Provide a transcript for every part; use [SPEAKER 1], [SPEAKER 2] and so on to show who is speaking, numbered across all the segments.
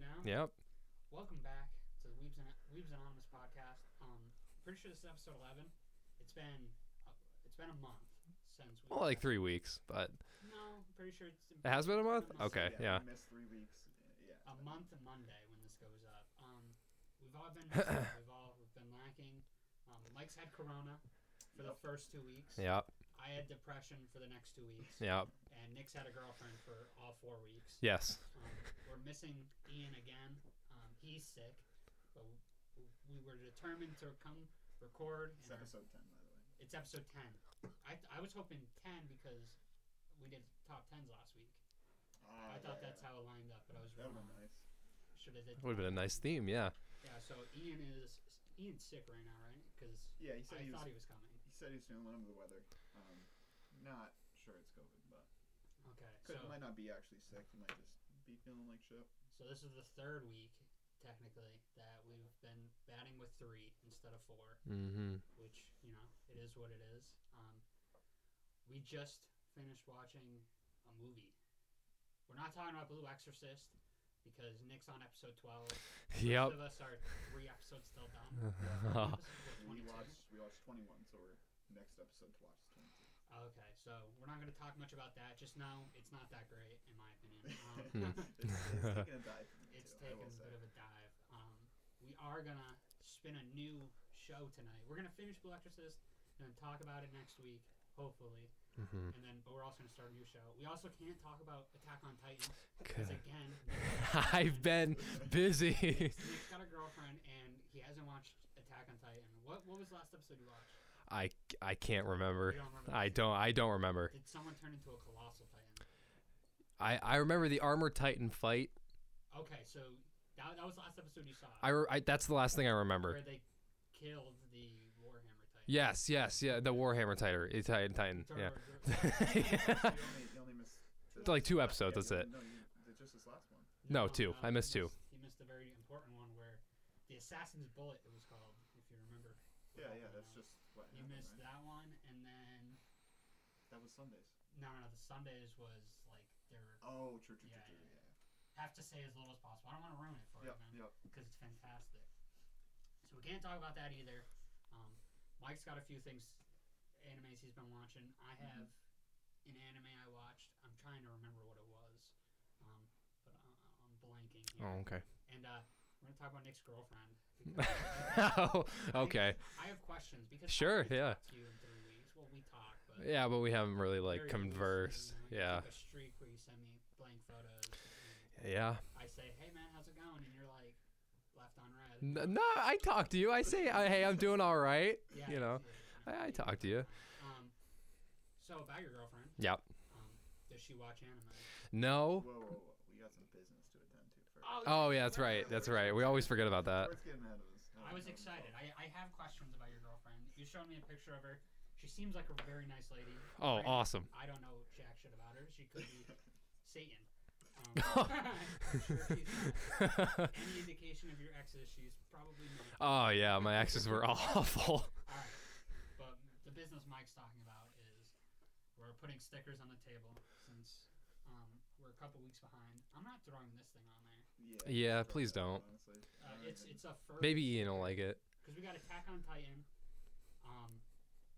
[SPEAKER 1] now.
[SPEAKER 2] Yep.
[SPEAKER 1] Welcome back to the Weebs, An- Weebs Anonymous podcast. Um, pretty sure this is episode eleven. It's been uh, it's been a month since. We
[SPEAKER 2] Well, like three weeks, but
[SPEAKER 1] No, I'm pretty sure it's.
[SPEAKER 2] it has been a month.
[SPEAKER 1] Almost,
[SPEAKER 2] Okay. Yeah.
[SPEAKER 3] yeah, We missed three weeks. Yeah.
[SPEAKER 1] a month and Monday when this goes up. Um, we've all been missing, we've all we've been lacking. Um, Mike's had corona for the
[SPEAKER 3] Yep.
[SPEAKER 1] first two weeks.
[SPEAKER 2] Yep.
[SPEAKER 1] I had depression for the next two weeks.
[SPEAKER 2] Yep.
[SPEAKER 1] And Nick's had a girlfriend for all four weeks.
[SPEAKER 2] Yes.
[SPEAKER 1] Um, we're missing Ian again. Um, he's sick, but w- we were determined to come record.
[SPEAKER 3] It's
[SPEAKER 1] And our-
[SPEAKER 3] episode ten, by the way.
[SPEAKER 1] it's episode ten. I, I was hoping ten because we did top tens last week. I
[SPEAKER 3] Ah,
[SPEAKER 1] thought
[SPEAKER 3] yeah,
[SPEAKER 1] that's how it lined up, but I was
[SPEAKER 3] That would have
[SPEAKER 1] wrong.
[SPEAKER 3] been nice.
[SPEAKER 1] Should have did.
[SPEAKER 2] Would have been a nice theme. Yeah.
[SPEAKER 1] Yeah, so Ian is Ian's sick right now, right? Because
[SPEAKER 3] Yeah, he said
[SPEAKER 1] I
[SPEAKER 3] he was.
[SPEAKER 1] thought he
[SPEAKER 3] He...
[SPEAKER 1] was coming.
[SPEAKER 3] said he's feeling under the weather. Um, not sure it's COVID, but
[SPEAKER 1] Okay,
[SPEAKER 3] could,
[SPEAKER 1] so
[SPEAKER 3] might not be actually sick. He might just be feeling like shit.
[SPEAKER 1] so this is the third week technically that we've been batting with three instead of four,
[SPEAKER 2] Mm-hmm.
[SPEAKER 1] which you know it is what it is. Um, we just finished watching a movie. We're not talking about Blue Exorcist because Nick's on episode twelve. Most
[SPEAKER 2] Yep.
[SPEAKER 1] of us are three episodes still done. This is what,
[SPEAKER 3] We
[SPEAKER 1] 22?
[SPEAKER 3] watched. We watched twenty one, so we're next episode to watch is
[SPEAKER 1] Oh.
[SPEAKER 3] twenty two.
[SPEAKER 1] Okay, so we're not going to talk much about that. Just know it's not that great, in my opinion. Um,
[SPEAKER 3] it's, it's
[SPEAKER 2] Hmm.
[SPEAKER 3] taking a dive. For me
[SPEAKER 1] it's
[SPEAKER 3] too, I
[SPEAKER 1] taken a
[SPEAKER 3] will say.
[SPEAKER 1] bit of a dive. Um, we are going to spin a new show tonight. We're going to finish Blue Exorcist and then talk about it next week, hopefully.
[SPEAKER 2] Mm-hmm.
[SPEAKER 1] And then, but we're also going to start a new show. We also can't talk about Attack on Titan because
[SPEAKER 2] Okay.
[SPEAKER 1] again,
[SPEAKER 2] I've been busy.
[SPEAKER 1] Nick's got a girlfriend and he hasn't watched Attack on Titan. What what was the last episode you watched?
[SPEAKER 2] I I can't
[SPEAKER 1] You
[SPEAKER 2] remember.
[SPEAKER 1] don't remember?
[SPEAKER 2] I don't. I don't remember.
[SPEAKER 1] Did someone turn into a colossal titan?
[SPEAKER 2] I I remember the armored titan fight.
[SPEAKER 1] Okay, so that, that was the last episode you saw.
[SPEAKER 2] I, re- I that's the last thing I
[SPEAKER 1] where
[SPEAKER 2] remember.
[SPEAKER 1] they killed the Warhammer Titan.
[SPEAKER 2] Yes. Yes. Yeah. The Warhammer titan. Titan. Titan.
[SPEAKER 1] Sorry,
[SPEAKER 2] Yeah.
[SPEAKER 1] we're-
[SPEAKER 3] You only, you only missed. this-
[SPEAKER 2] Like two episodes, that's
[SPEAKER 3] you-
[SPEAKER 2] it.
[SPEAKER 3] No, you, did just this last one.
[SPEAKER 2] No, two. I missed
[SPEAKER 1] he
[SPEAKER 2] two.
[SPEAKER 1] He missed a very important one where the Assassin's Bullet, it was called, if you remember.
[SPEAKER 3] Yeah, yeah. That's just what.
[SPEAKER 1] You
[SPEAKER 3] happened,
[SPEAKER 1] missed
[SPEAKER 3] right?
[SPEAKER 1] that one, and then.
[SPEAKER 3] That was Sundays.
[SPEAKER 1] No, no, no. The Sundays was like they're
[SPEAKER 3] Oh, true, true, true,
[SPEAKER 1] Yeah,
[SPEAKER 3] true.
[SPEAKER 1] yeah,
[SPEAKER 3] Yeah.
[SPEAKER 1] have to say as little as possible. I don't want to ruin it for
[SPEAKER 3] Yep,
[SPEAKER 1] you, man,
[SPEAKER 3] yep.
[SPEAKER 1] because it's fantastic. So we can't talk about that either. Um, Mike's got a few things, animes he's been watching. I have an anime I watched. I'm trying to remember what it was, um, but I- I'm blanking. Here.
[SPEAKER 2] Oh. Okay.
[SPEAKER 1] And uh, we're gonna talk about Nick's girlfriend.
[SPEAKER 2] oh, okay.
[SPEAKER 1] I have questions because
[SPEAKER 2] Sure,
[SPEAKER 1] I haven't
[SPEAKER 2] yeah.
[SPEAKER 1] talked to you in three weeks. Well, we talk, but
[SPEAKER 2] Yeah, but we haven't really
[SPEAKER 1] very
[SPEAKER 2] like
[SPEAKER 1] loosely,
[SPEAKER 2] conversed.
[SPEAKER 1] you know, you
[SPEAKER 2] Yeah.
[SPEAKER 1] took A streak where you send me blank photos. and
[SPEAKER 2] Yeah.
[SPEAKER 1] I say, "Hey man, how's it going?" And you're like, "Left on red."
[SPEAKER 2] N- No, I talk to you. I say, I- hey, I'm doing all right.
[SPEAKER 1] Yeah,
[SPEAKER 2] you know,
[SPEAKER 1] yeah,
[SPEAKER 2] I- I talk to you.
[SPEAKER 1] Um, so about your girlfriend,
[SPEAKER 2] Yep.
[SPEAKER 1] um, does she watch anime?
[SPEAKER 2] No.
[SPEAKER 3] Whoa, whoa, whoa. We got some business to attend to first.
[SPEAKER 2] Oh, yeah, Oh. that's right. That's right. We always forget about that.
[SPEAKER 3] Let's get ahead of us.
[SPEAKER 1] I was excited. I, I have questions about your girlfriend. You showed me a picture of her. She seems like a very nice lady.
[SPEAKER 2] Oh,
[SPEAKER 1] I-
[SPEAKER 2] awesome.
[SPEAKER 1] I don't know jack shit about her. She could be Satan. Um, I'm sure she's not. any indication of your exes, she's probably not.
[SPEAKER 2] Oh, yeah, my exes were awful.
[SPEAKER 1] All right. But the business Mike's talking about is we're putting stickers on the table since um, we're a couple weeks behind. I'm not throwing this thing on there.
[SPEAKER 3] Yeah,
[SPEAKER 2] Yeah,
[SPEAKER 3] it's all
[SPEAKER 2] please
[SPEAKER 3] good,
[SPEAKER 2] don't.
[SPEAKER 3] honestly.
[SPEAKER 1] Uh,
[SPEAKER 3] Alright,
[SPEAKER 1] it's
[SPEAKER 3] then.
[SPEAKER 1] it's a first.
[SPEAKER 2] Maybe Ian will like it.
[SPEAKER 1] Because we got Attack on Titan, um,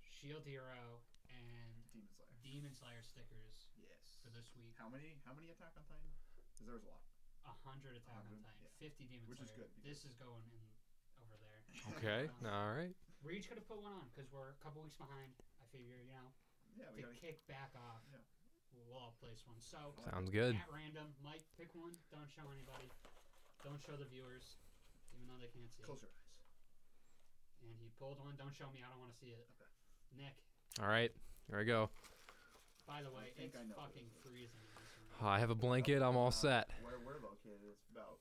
[SPEAKER 1] Shield Hero, and
[SPEAKER 3] Demon Slayer.
[SPEAKER 1] Demon Slayer stickers
[SPEAKER 3] Yes.
[SPEAKER 1] for this week.
[SPEAKER 3] How many? How many Attack on Titan? Because there was a lot.
[SPEAKER 1] A hundred Attack on Titan,
[SPEAKER 3] 100, yeah.
[SPEAKER 1] fifty Demon
[SPEAKER 3] Which
[SPEAKER 1] Slayer.
[SPEAKER 3] is good, because-
[SPEAKER 1] This is going in over there.
[SPEAKER 2] Okay. All right.
[SPEAKER 1] We're each gonna put one on because we're a couple weeks behind. I figure, you know,
[SPEAKER 3] Yeah, we
[SPEAKER 1] to
[SPEAKER 3] gotta.
[SPEAKER 1] kick back off,
[SPEAKER 3] Yeah.
[SPEAKER 1] we'll, we'll all place one. So
[SPEAKER 2] Sounds good.
[SPEAKER 1] at random, Mike, pick one. Don't show anybody. Don't show the viewers, even though they can't see. it.
[SPEAKER 3] Close your eyes.
[SPEAKER 1] And he pulled one. Don't show me. I don't want to see it.
[SPEAKER 3] Okay.
[SPEAKER 1] Nick,
[SPEAKER 2] All right. Here I go.
[SPEAKER 1] by the
[SPEAKER 3] I
[SPEAKER 1] way,
[SPEAKER 3] think
[SPEAKER 1] it's
[SPEAKER 3] I know what
[SPEAKER 1] fucking
[SPEAKER 3] this is.
[SPEAKER 1] freezing. in this room.
[SPEAKER 2] I have a blanket. I'm all set.
[SPEAKER 3] Uh, Where we're located, it's about.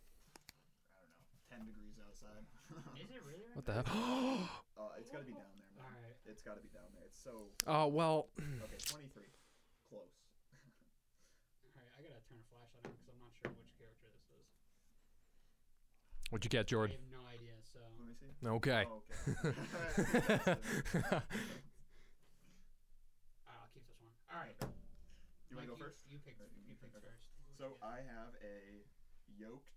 [SPEAKER 3] I don't know. Ten degrees outside.
[SPEAKER 1] Is it really?
[SPEAKER 2] What the hell?
[SPEAKER 3] uh, it's gotta be down there, man.
[SPEAKER 1] Alright.
[SPEAKER 3] It's gotta be down there. It's so.
[SPEAKER 2] Oh, well,
[SPEAKER 3] Okay, 23. Close.
[SPEAKER 1] All right, I gotta turn a flashlight on because I'm not sure which character this is.
[SPEAKER 2] what'd you get,
[SPEAKER 1] I
[SPEAKER 2] Jordan?
[SPEAKER 1] have no idea. So
[SPEAKER 3] Let me see.
[SPEAKER 2] Okay.
[SPEAKER 3] Oh, okay.
[SPEAKER 1] All right, I'll keep this one. All right.
[SPEAKER 3] you wanna
[SPEAKER 1] Mike,
[SPEAKER 3] go first?
[SPEAKER 1] You picked.
[SPEAKER 3] Or
[SPEAKER 1] You
[SPEAKER 3] you pick- uh,
[SPEAKER 1] picked
[SPEAKER 3] okay.
[SPEAKER 1] first.
[SPEAKER 3] So
[SPEAKER 1] Yeah.
[SPEAKER 3] I have a yoked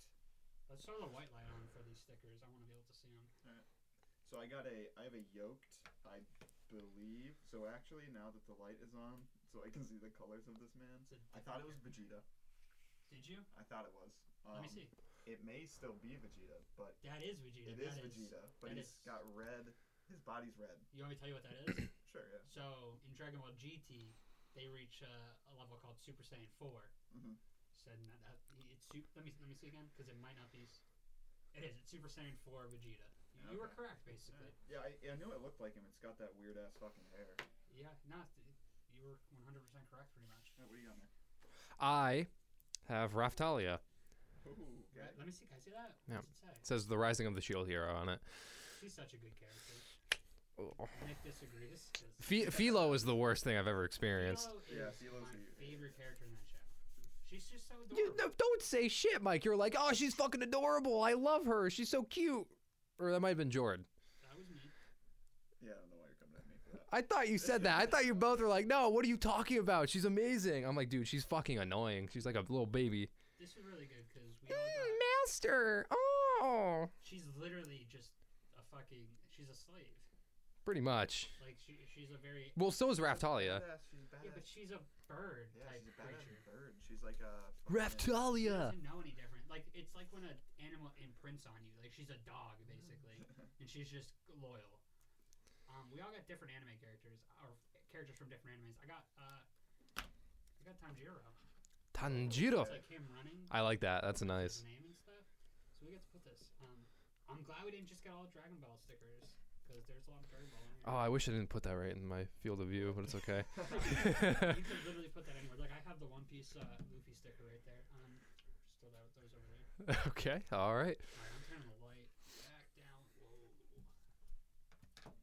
[SPEAKER 1] Let's throw the white light on for these stickers. I want to be able to see them.
[SPEAKER 3] So I got a, I have a yoked, I believe. So actually, now that the light is on, so I can see the colors of this man. I thought it was Vegeta.
[SPEAKER 1] Did you?
[SPEAKER 3] I thought it was. Um,
[SPEAKER 1] Let me see.
[SPEAKER 3] It may still be Vegeta, but
[SPEAKER 1] That is Vegeta.
[SPEAKER 3] it
[SPEAKER 1] That
[SPEAKER 3] is Vegeta. but
[SPEAKER 1] that
[SPEAKER 3] he's
[SPEAKER 1] is-
[SPEAKER 3] got red. His body's red.
[SPEAKER 1] You want me to tell you what that is?
[SPEAKER 3] Sure, yeah.
[SPEAKER 1] so in Dragon Ball GT, they reach uh, a level called Super Saiyan 4
[SPEAKER 3] Mhm.
[SPEAKER 1] So that, that it's su- let me let me see again because it might not be. s- It is. It's Super Saiyan 4 Vegeta. You, you were
[SPEAKER 3] Okay.
[SPEAKER 1] correct basically.
[SPEAKER 3] Yeah, I, I knew it looked like him. It's got that weird ass fucking hair.
[SPEAKER 1] Yeah. Not. You were 100% correct pretty much.
[SPEAKER 3] Oh, what do you got there?
[SPEAKER 2] I have Raftalia.
[SPEAKER 3] Ooh,
[SPEAKER 1] Right,
[SPEAKER 3] okay.
[SPEAKER 1] Let me see. Can I see that?
[SPEAKER 2] Yeah.
[SPEAKER 1] What's it say?
[SPEAKER 2] It says the Rising of the Shield Hero on it.
[SPEAKER 1] She's such a good character.
[SPEAKER 2] Oh.
[SPEAKER 1] Nick disagrees. 'cause
[SPEAKER 2] Phi- Philo is the worst thing I've ever experienced.
[SPEAKER 1] Philo
[SPEAKER 3] Yeah,
[SPEAKER 1] is
[SPEAKER 3] Philo's
[SPEAKER 1] my
[SPEAKER 3] the-
[SPEAKER 1] favorite character in that show. She's just so adorable.
[SPEAKER 2] You, no, don't say shit, Mike. You're like, oh, she's fucking adorable. I love her. She's so cute. Or that might have been Jordan.
[SPEAKER 1] That was me.
[SPEAKER 3] Yeah, I don't know why you're coming at me for that.
[SPEAKER 2] I thought you said that. I thought you both were like, no, what are you talking about? She's amazing. I'm like, dude, she's fucking annoying. She's like a little baby.
[SPEAKER 1] This is really good because we all got,
[SPEAKER 2] Mm, master. Oh.
[SPEAKER 1] she's literally just a fucking she's a slave.
[SPEAKER 2] Pretty much.
[SPEAKER 1] Like she she's a very
[SPEAKER 2] Well, so is Raftalia.
[SPEAKER 3] Badass, she's badass.
[SPEAKER 1] yeah, but she's a bird
[SPEAKER 3] Yeah,
[SPEAKER 1] type
[SPEAKER 3] she's a badass
[SPEAKER 1] creature.
[SPEAKER 3] bird. She's like a. fucking-
[SPEAKER 1] She
[SPEAKER 2] Raftalia.
[SPEAKER 1] doesn't know any different. Like it's like when an animal imprints on you. Like she's a dog basically, and she's just loyal. Um, we all got different anime characters or characters from different animes. I got uh, I got Tanjiro.
[SPEAKER 2] Tanjiro.
[SPEAKER 1] It's like him running.
[SPEAKER 2] I like that. That's nice.
[SPEAKER 1] His name and stuff. So we get to put this. Um, I'm glad we didn't just get all Dragon Ball stickers because there's a lot of Dragon Ball. In here.
[SPEAKER 2] Oh, I wish I didn't put that right in my field of view, but it's okay.
[SPEAKER 1] you could literally put that anywhere. Like I have the One Piece uh, Luffy sticker right there. Um, just throw that, those over there.
[SPEAKER 2] okay. All right.
[SPEAKER 1] All right, I'm turning the light back down. Whoa.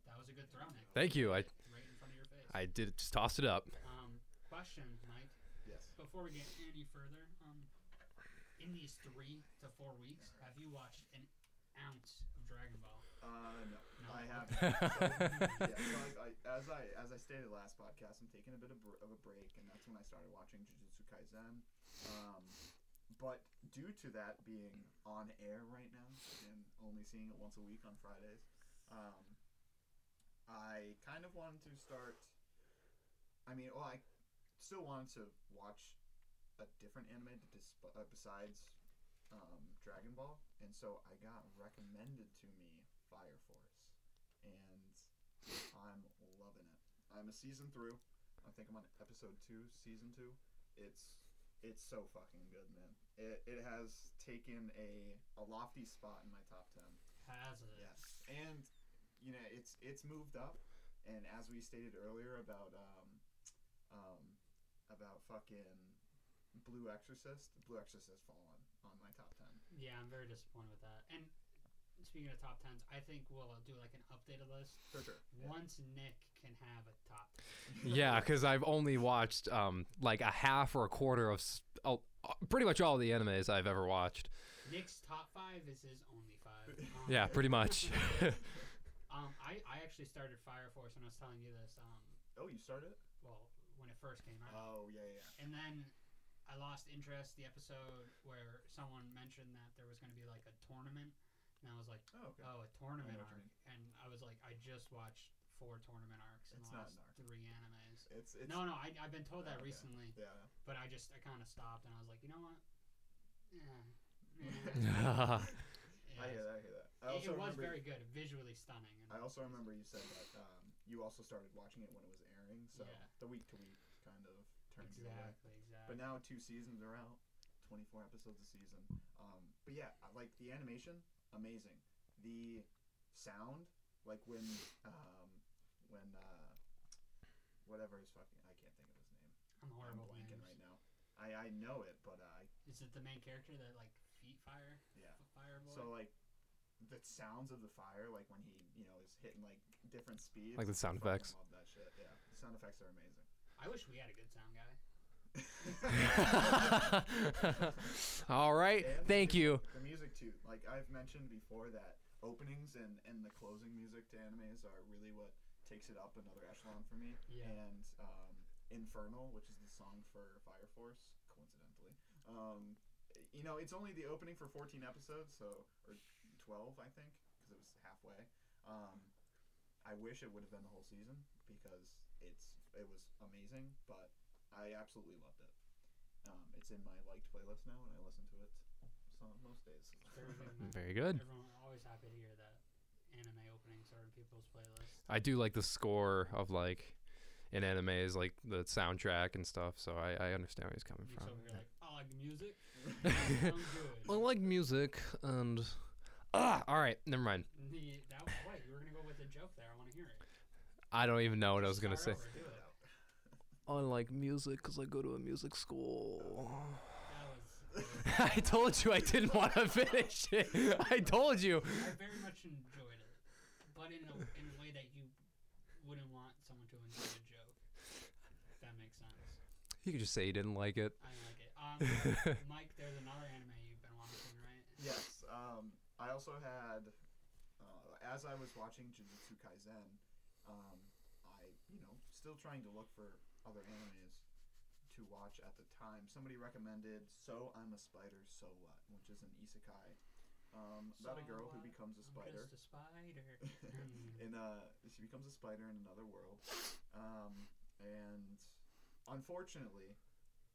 [SPEAKER 1] That was a good throw, Nick.
[SPEAKER 2] Thank you. I
[SPEAKER 1] Right in front of your face.
[SPEAKER 2] I did just tossed it up.
[SPEAKER 1] Um, question, Mike.
[SPEAKER 3] yes.
[SPEAKER 1] Before we get any further, um, in these three to four weeks, have you watched an ounce of Dragon Ball?
[SPEAKER 3] Uh, no,
[SPEAKER 1] No.
[SPEAKER 3] I have. yeah, so I, I, as I as I stated last podcast, I'm taking a bit of, br- of a break, and that's when I started watching Jujutsu Kaisen. Um, but due to that being on air right now and only seeing it once a week on Fridays, um, I kind of wanted to start. I mean, well, I still wanted to watch a different anime to disp- uh, besides um, Dragon Ball, and so I got recommended to me Fire Force, and I'm loving it. I'm a season through. I think I'm on episode two, season two. It's it's so fucking good, man. It, it has taken a, a lofty spot in my top ten.
[SPEAKER 1] Has it?
[SPEAKER 3] Yes, and you know it's it's moved up, and as we stated earlier about um, um, about fucking Blue Exorcist, Blue Exorcist fallen on my top ten.
[SPEAKER 1] Yeah, I'm very disappointed with that. And speaking of top tens, I think we'll uh, do like an updated list
[SPEAKER 3] For sure.
[SPEAKER 1] once Nick can have a top. 10.
[SPEAKER 2] Yeah, because I've only watched um like a half or a quarter of s- oh, uh, pretty much all the animes I've ever watched.
[SPEAKER 1] Nick's top five is his only five. Um,
[SPEAKER 2] Yeah, pretty much.
[SPEAKER 1] Um, I I actually started Fire Force when I was telling you this. Um,
[SPEAKER 3] Oh, you started it?
[SPEAKER 1] well, when it first came out,
[SPEAKER 3] Oh yeah, yeah. yeah.
[SPEAKER 1] and then. I lost interest the episode where someone mentioned that there was going to be like a tournament, and I was like,
[SPEAKER 3] Oh okay.
[SPEAKER 1] "Oh, a tournament
[SPEAKER 3] what you
[SPEAKER 1] arc!" And I was like, "I just watched four tournament arcs in
[SPEAKER 3] It's
[SPEAKER 1] the
[SPEAKER 3] not
[SPEAKER 1] last
[SPEAKER 3] an arc.
[SPEAKER 1] three animes."
[SPEAKER 3] It's it's
[SPEAKER 1] no, no, I, I've been told
[SPEAKER 3] Oh,
[SPEAKER 1] that
[SPEAKER 3] okay.
[SPEAKER 1] recently,
[SPEAKER 3] yeah.
[SPEAKER 1] but I just I kind of stopped and I was like, you know what? Eh, Yeah.
[SPEAKER 3] I hear that. I hear that.
[SPEAKER 1] It,
[SPEAKER 3] I
[SPEAKER 1] it
[SPEAKER 3] also
[SPEAKER 1] was
[SPEAKER 3] remember
[SPEAKER 1] very good, visually stunning. And
[SPEAKER 3] I also remember you said that um, you also started watching it when it was airing, so
[SPEAKER 1] Yeah.
[SPEAKER 3] the week to week kind of turns you away.
[SPEAKER 1] exactly, exactly.
[SPEAKER 3] But now two seasons are out, 24 episodes a season. Um, but yeah, I like the animation, amazing. The sound, like when um, when uh, whatever his fucking I can't think of his name.
[SPEAKER 1] I'm horrible.
[SPEAKER 3] I'm
[SPEAKER 1] with
[SPEAKER 3] blanking
[SPEAKER 1] names.
[SPEAKER 3] right now. I I know it, but uh, I
[SPEAKER 1] Is it the main character that like feet fire?
[SPEAKER 3] yeah.
[SPEAKER 1] F- Fire boy.
[SPEAKER 3] So uh, like the sounds of the fire, like when he you know is hitting like different speeds.
[SPEAKER 2] Like the sound
[SPEAKER 3] fucking
[SPEAKER 2] effects.
[SPEAKER 3] Love that shit. Yeah, the sound effects are amazing.
[SPEAKER 1] I wish we had a good sound guy.
[SPEAKER 2] all right.
[SPEAKER 3] And the
[SPEAKER 2] Thank you.
[SPEAKER 3] music- The music too. Like I've mentioned before that openings and and the closing music to animes are really what takes it up another echelon for me.
[SPEAKER 1] Yeah.
[SPEAKER 3] And um, Infernal, which is the song for Fire Force, coincidentally, um, you know, it's only the opening for 14 episodes, so or 12, I think, because it was halfway. Um, I wish it would have been the whole season because it's it was amazing, but I absolutely loved it. Um, it's in my liked playlist now, and I listen to it some most days.
[SPEAKER 1] Very good.
[SPEAKER 2] Very good.
[SPEAKER 1] Everyone always happy to hear that anime openings are in people's playlists.
[SPEAKER 2] I do like the score of like in anime is like the soundtrack and stuff, so I, I understand where he's coming
[SPEAKER 1] You're
[SPEAKER 2] from.
[SPEAKER 1] so you're like, "Oh, I like music.
[SPEAKER 2] Yeah.
[SPEAKER 1] Sounds
[SPEAKER 2] I
[SPEAKER 1] good.
[SPEAKER 2] like music and ah, all right, never mind.
[SPEAKER 1] The- that was- wait, you were gonna go with a joke there. I want to hear it.
[SPEAKER 2] I don't even know what I was gonna say.
[SPEAKER 1] Start over, do it.
[SPEAKER 2] I like music because I go to a music school.
[SPEAKER 1] That was.
[SPEAKER 2] I told you I didn't want to finish it. I told you.
[SPEAKER 1] I very much enjoyed it, but in a, in a way that you wouldn't want someone to enjoy a joke. If that makes sense.
[SPEAKER 2] You could just say you didn't like it.
[SPEAKER 1] I like it. Um, Mike, there's another anime you've been watching, right?
[SPEAKER 3] Yes. Um, I also had, uh, as I was watching Jujutsu Kaisen, um, I, you know, still trying to look for other animes to watch at the time. Somebody recommended So I'm a Spider, So What, which is an isekai um, about a
[SPEAKER 1] So
[SPEAKER 3] girl who
[SPEAKER 1] What?
[SPEAKER 3] becomes a
[SPEAKER 1] I'm
[SPEAKER 3] spider.
[SPEAKER 1] just a spider. Hmm.
[SPEAKER 3] and uh, she becomes a spider in another world. Um, and unfortunately,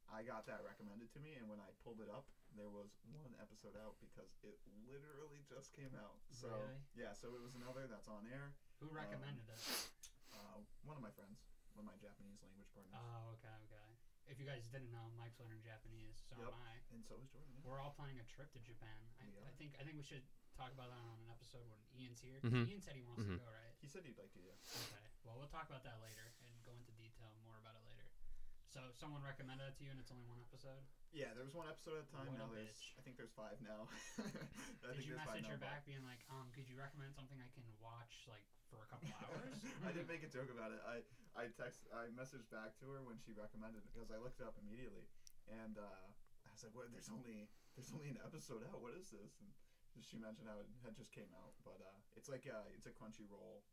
[SPEAKER 3] I got that recommended to me, and when I pulled it up, there was one episode out because it literally just came out. So um,
[SPEAKER 1] Really?
[SPEAKER 3] yeah, so it was another that's on air.
[SPEAKER 1] Who recommended it?
[SPEAKER 3] Uh, one of my friends, one of my Japanese language partners,
[SPEAKER 1] Oh, okay, okay. If you guys didn't know, Mike's learning Japanese, so
[SPEAKER 3] Yep.
[SPEAKER 1] am I.
[SPEAKER 3] and so is Jordan. yeah.
[SPEAKER 1] We're all planning a trip to Japan. I,
[SPEAKER 3] We
[SPEAKER 1] I
[SPEAKER 3] are.
[SPEAKER 1] think I think we should talk about that on an episode when Ian's here.
[SPEAKER 2] Mhm.
[SPEAKER 1] Ian said he wants
[SPEAKER 2] Mhm.
[SPEAKER 1] to go, right?
[SPEAKER 3] He said he'd like to. Yeah.
[SPEAKER 1] Okay. Well, we'll talk about that later and go into detail more about it later. So someone recommended it to you, and it's only one episode.
[SPEAKER 3] Yeah, there was one episode at a time.
[SPEAKER 1] What
[SPEAKER 3] now
[SPEAKER 1] a
[SPEAKER 3] there's,
[SPEAKER 1] bitch.
[SPEAKER 3] I think there's five now. I
[SPEAKER 1] Did
[SPEAKER 3] think
[SPEAKER 1] you
[SPEAKER 3] there's five
[SPEAKER 1] message
[SPEAKER 3] now,
[SPEAKER 1] her
[SPEAKER 3] but-
[SPEAKER 1] back, being like, um, could you recommend something I can watch like for a couple hours?
[SPEAKER 3] I did make a joke about it. I I text I messaged back to her when she recommended it because I looked it up immediately, and uh, I was like, "What? There's only there's only an episode out. What is this?" And she mentioned how it had just came out, but uh, it's like uh, it's a Crunchyroll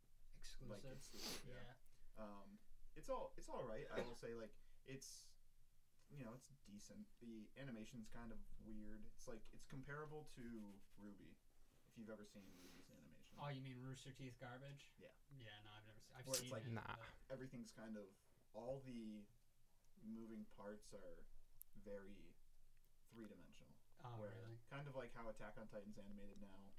[SPEAKER 3] like
[SPEAKER 1] exclusive.
[SPEAKER 3] exclusive.
[SPEAKER 1] yeah.
[SPEAKER 3] Yeah. Um, it's all it's all right. I will say like it's you know it's decent. The animation's kind of weird. It's like it's comparable to Ruby if you've ever seen Ruby's animation.
[SPEAKER 1] Oh, you mean Rooster Teeth garbage?
[SPEAKER 3] Yeah.
[SPEAKER 1] Yeah. No, I've never seen. I've
[SPEAKER 3] Where it's
[SPEAKER 1] seen
[SPEAKER 3] like-
[SPEAKER 1] it.
[SPEAKER 2] Nah.
[SPEAKER 1] but-
[SPEAKER 3] everything's kind of all the moving parts are very three dimensional.
[SPEAKER 1] Oh,
[SPEAKER 3] where
[SPEAKER 1] really?
[SPEAKER 3] kind of like how Attack on Titan's animated now,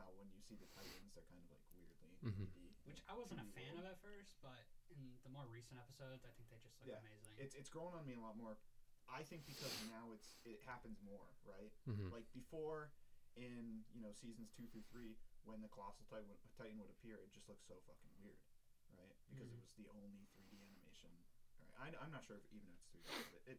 [SPEAKER 3] how when you see the Titans they're kind of like weirdly
[SPEAKER 2] Mhm.
[SPEAKER 3] 3D.
[SPEAKER 1] Which I wasn't a
[SPEAKER 3] TV
[SPEAKER 1] fan of
[SPEAKER 3] world.
[SPEAKER 1] at first, but in the more recent episodes, I think they just look
[SPEAKER 3] Yeah.
[SPEAKER 1] amazing.
[SPEAKER 3] It's it's grown on me a lot more. I think because now it's it happens more, right?
[SPEAKER 2] Mm-hmm.
[SPEAKER 3] Like before in, you know, seasons 2 through 3 when the colossal titan would, titan would appear, it just looked so fucking weird, right? Because it was the only 3D animation. All right. I, I'm not sure if even if it's 3D, but it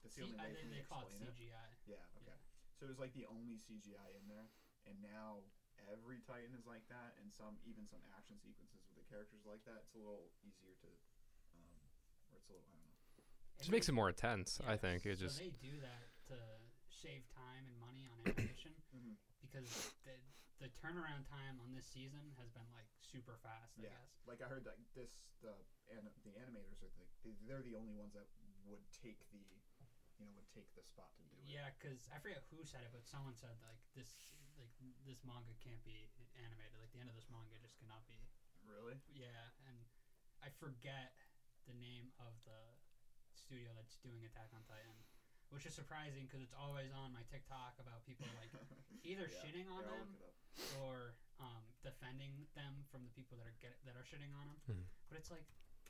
[SPEAKER 3] that's the
[SPEAKER 1] See,
[SPEAKER 3] only
[SPEAKER 1] I
[SPEAKER 3] way for
[SPEAKER 1] think
[SPEAKER 3] me
[SPEAKER 1] they
[SPEAKER 3] to
[SPEAKER 1] call it
[SPEAKER 3] explain it.
[SPEAKER 1] CGI.
[SPEAKER 3] Yeah, okay. So it was like the only CGI in there, and now every Titan is like that, and some even some action sequences with the characters like that. It's a little easier to, um, or it's a little I don't know.
[SPEAKER 2] Just makes it more intense, I
[SPEAKER 1] Yes.
[SPEAKER 2] think. It
[SPEAKER 1] So
[SPEAKER 2] just
[SPEAKER 1] they do that to shave time and money on animation
[SPEAKER 3] Mhm.
[SPEAKER 1] because the the turnaround time on this season has been like super fast. I
[SPEAKER 3] Yeah.
[SPEAKER 1] guess.
[SPEAKER 3] Like I heard that this the and the animators are like they, they're the only ones that would take the, you know, would take the spot to do it.
[SPEAKER 1] Yeah, because I forget who said it, but someone said like this like this manga can't be animated. Like the end of this manga just cannot be.
[SPEAKER 3] Really?
[SPEAKER 1] Yeah, and I forget the name of the studio that's doing Attack on Titan, which is surprising because it's always on my TikTok about people like either
[SPEAKER 3] Yeah.
[SPEAKER 1] shitting on
[SPEAKER 3] Here, I'll
[SPEAKER 1] them
[SPEAKER 3] look it up.
[SPEAKER 1] or um, defending them from the people that are get, that are shitting on them.
[SPEAKER 2] Mhm.
[SPEAKER 1] But it's like,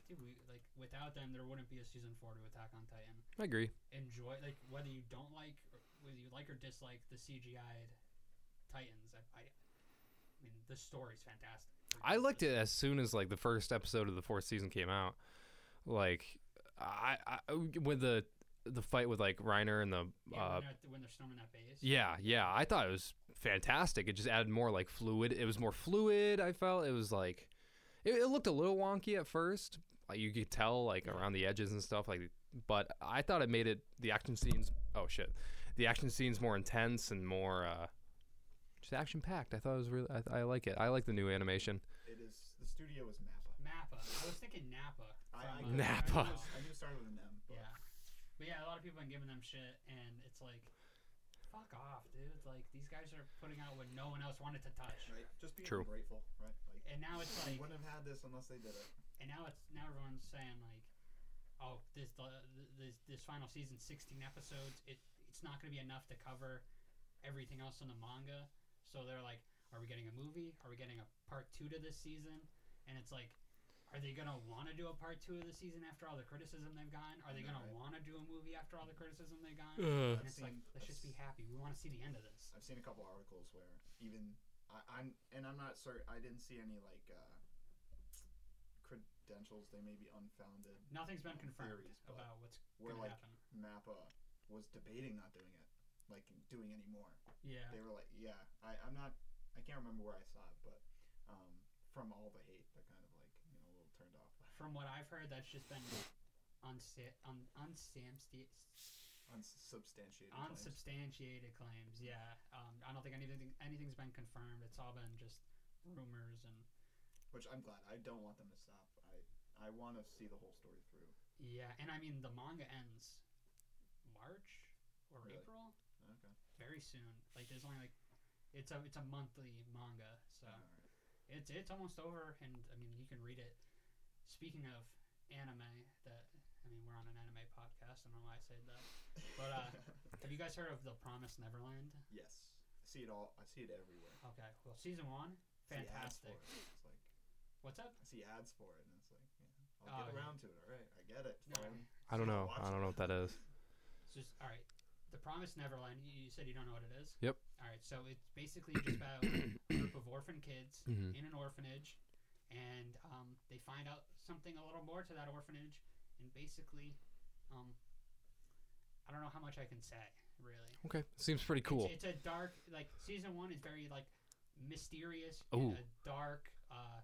[SPEAKER 1] dude, we, like without them, there wouldn't be a season four to Attack on Titan.
[SPEAKER 2] I agree.
[SPEAKER 1] Enjoy like whether you don't like, or whether you like or dislike the CGI Titans. I, I, I mean, the story's fantastic.
[SPEAKER 2] I liked it as soon as like the first episode of the fourth season came out. Like I, I when the the fight with like Reiner and the
[SPEAKER 1] Yeah,
[SPEAKER 2] uh,
[SPEAKER 1] when, they're, at the- when they're storming that base.
[SPEAKER 2] Yeah, yeah. I thought it was fantastic. It just added more like fluid. It was more fluid. I felt it was like it, it looked a little wonky at first. Like you could tell like around the edges and stuff like but I thought it made it the action scenes oh shit. The action scenes more intense and more uh just action packed. I thought it was really I, I like it. I like the new animation.
[SPEAKER 3] It is the studio is Mappa.
[SPEAKER 1] Napa. I was thinking Napa.
[SPEAKER 3] I, I,
[SPEAKER 1] from,
[SPEAKER 2] could-
[SPEAKER 1] uh,
[SPEAKER 2] Napa.
[SPEAKER 1] Dragon Ball.
[SPEAKER 3] I knew it started with an M. But
[SPEAKER 1] Yeah. But yeah, a lot of people have been giving them shit, and it's like, fuck off, dude. Like these guys are putting out what no one else wanted to touch.
[SPEAKER 3] Right? Just being
[SPEAKER 2] True.
[SPEAKER 3] grateful, right? Like
[SPEAKER 1] And now it's
[SPEAKER 3] we
[SPEAKER 1] like
[SPEAKER 3] wouldn't have had this unless they did it.
[SPEAKER 1] and now it's now everyone's saying like, oh, this the, the- this this final season, sixteen episodes, it it's not going to be enough to cover everything else in the manga. So they're like, are we getting a movie? Are we getting a part two to this season? And it's like, are they going to want to do a part two of the season after all the criticism they've gotten? Are they
[SPEAKER 3] I know,
[SPEAKER 1] going to
[SPEAKER 3] right?
[SPEAKER 1] want to do a movie after all the criticism they've gotten?
[SPEAKER 2] Ugh.
[SPEAKER 1] and it's like,
[SPEAKER 3] seen-
[SPEAKER 1] let's just be happy. We want to see the end of this.
[SPEAKER 3] I've seen a couple articles where even I, I'm and I'm not certain. I didn't see any like uh, credentials. They may be unfounded.
[SPEAKER 1] Nothing's been confirmed
[SPEAKER 3] Theories, but
[SPEAKER 1] about what's
[SPEAKER 3] Where
[SPEAKER 1] going to
[SPEAKER 3] like
[SPEAKER 1] happen.
[SPEAKER 3] Mappa was debating not doing it, like doing any more.
[SPEAKER 1] Yeah.
[SPEAKER 3] They were like, yeah, I, I'm not. I can't remember where I saw it, but um, from all the hate, they're kind of like you know a little turned off by
[SPEAKER 1] From what I've heard, that's just been unsa- un- unsubstanti-
[SPEAKER 3] unsubstantiated. claims.
[SPEAKER 1] unsubstantiated claims. Yeah, um, I don't think anything anything's been confirmed. It's all been just rumors and
[SPEAKER 3] Which I'm glad. I don't want them to stop. I I want to see the whole story through.
[SPEAKER 1] yeah. And I mean, the manga ends March or
[SPEAKER 3] Really?
[SPEAKER 1] April,
[SPEAKER 3] Okay.
[SPEAKER 1] very soon. Like there's only like it's a it's a monthly manga, so
[SPEAKER 3] All right.
[SPEAKER 1] it's it's almost over. And I mean, you can read it. Speaking of anime, that I mean, we're on an anime podcast. I don't know why I said that. But, uh, Have you guys heard of The Promised Neverland?
[SPEAKER 3] yes, I see it all. I see it everywhere.
[SPEAKER 1] Okay, well, season one,
[SPEAKER 3] I see ads for
[SPEAKER 1] Uh, fantastic.
[SPEAKER 3] it. It's like
[SPEAKER 1] What's up?
[SPEAKER 3] I see ads for it, and it's like,
[SPEAKER 1] Oh,
[SPEAKER 3] yeah, I'll
[SPEAKER 1] yeah.
[SPEAKER 3] get around to it. All right, I get it.
[SPEAKER 1] No,
[SPEAKER 3] fine.
[SPEAKER 2] I don't know.
[SPEAKER 3] Watch
[SPEAKER 2] I don't know what that is.
[SPEAKER 1] It's just all right. The Promised Neverland. You, you said you don't know what it is.
[SPEAKER 2] Yep.
[SPEAKER 1] All right. So it's basically just about a group of orphan kids
[SPEAKER 2] Mhm.
[SPEAKER 1] in an orphanage, and um, they find out something a little more to that orphanage, and basically, um, I don't know how much I can say really.
[SPEAKER 2] Okay, seems pretty
[SPEAKER 1] It's-
[SPEAKER 2] cool.
[SPEAKER 1] It's, a dark like season one is very like mysterious
[SPEAKER 2] Ooh.
[SPEAKER 1] and a dark, uh,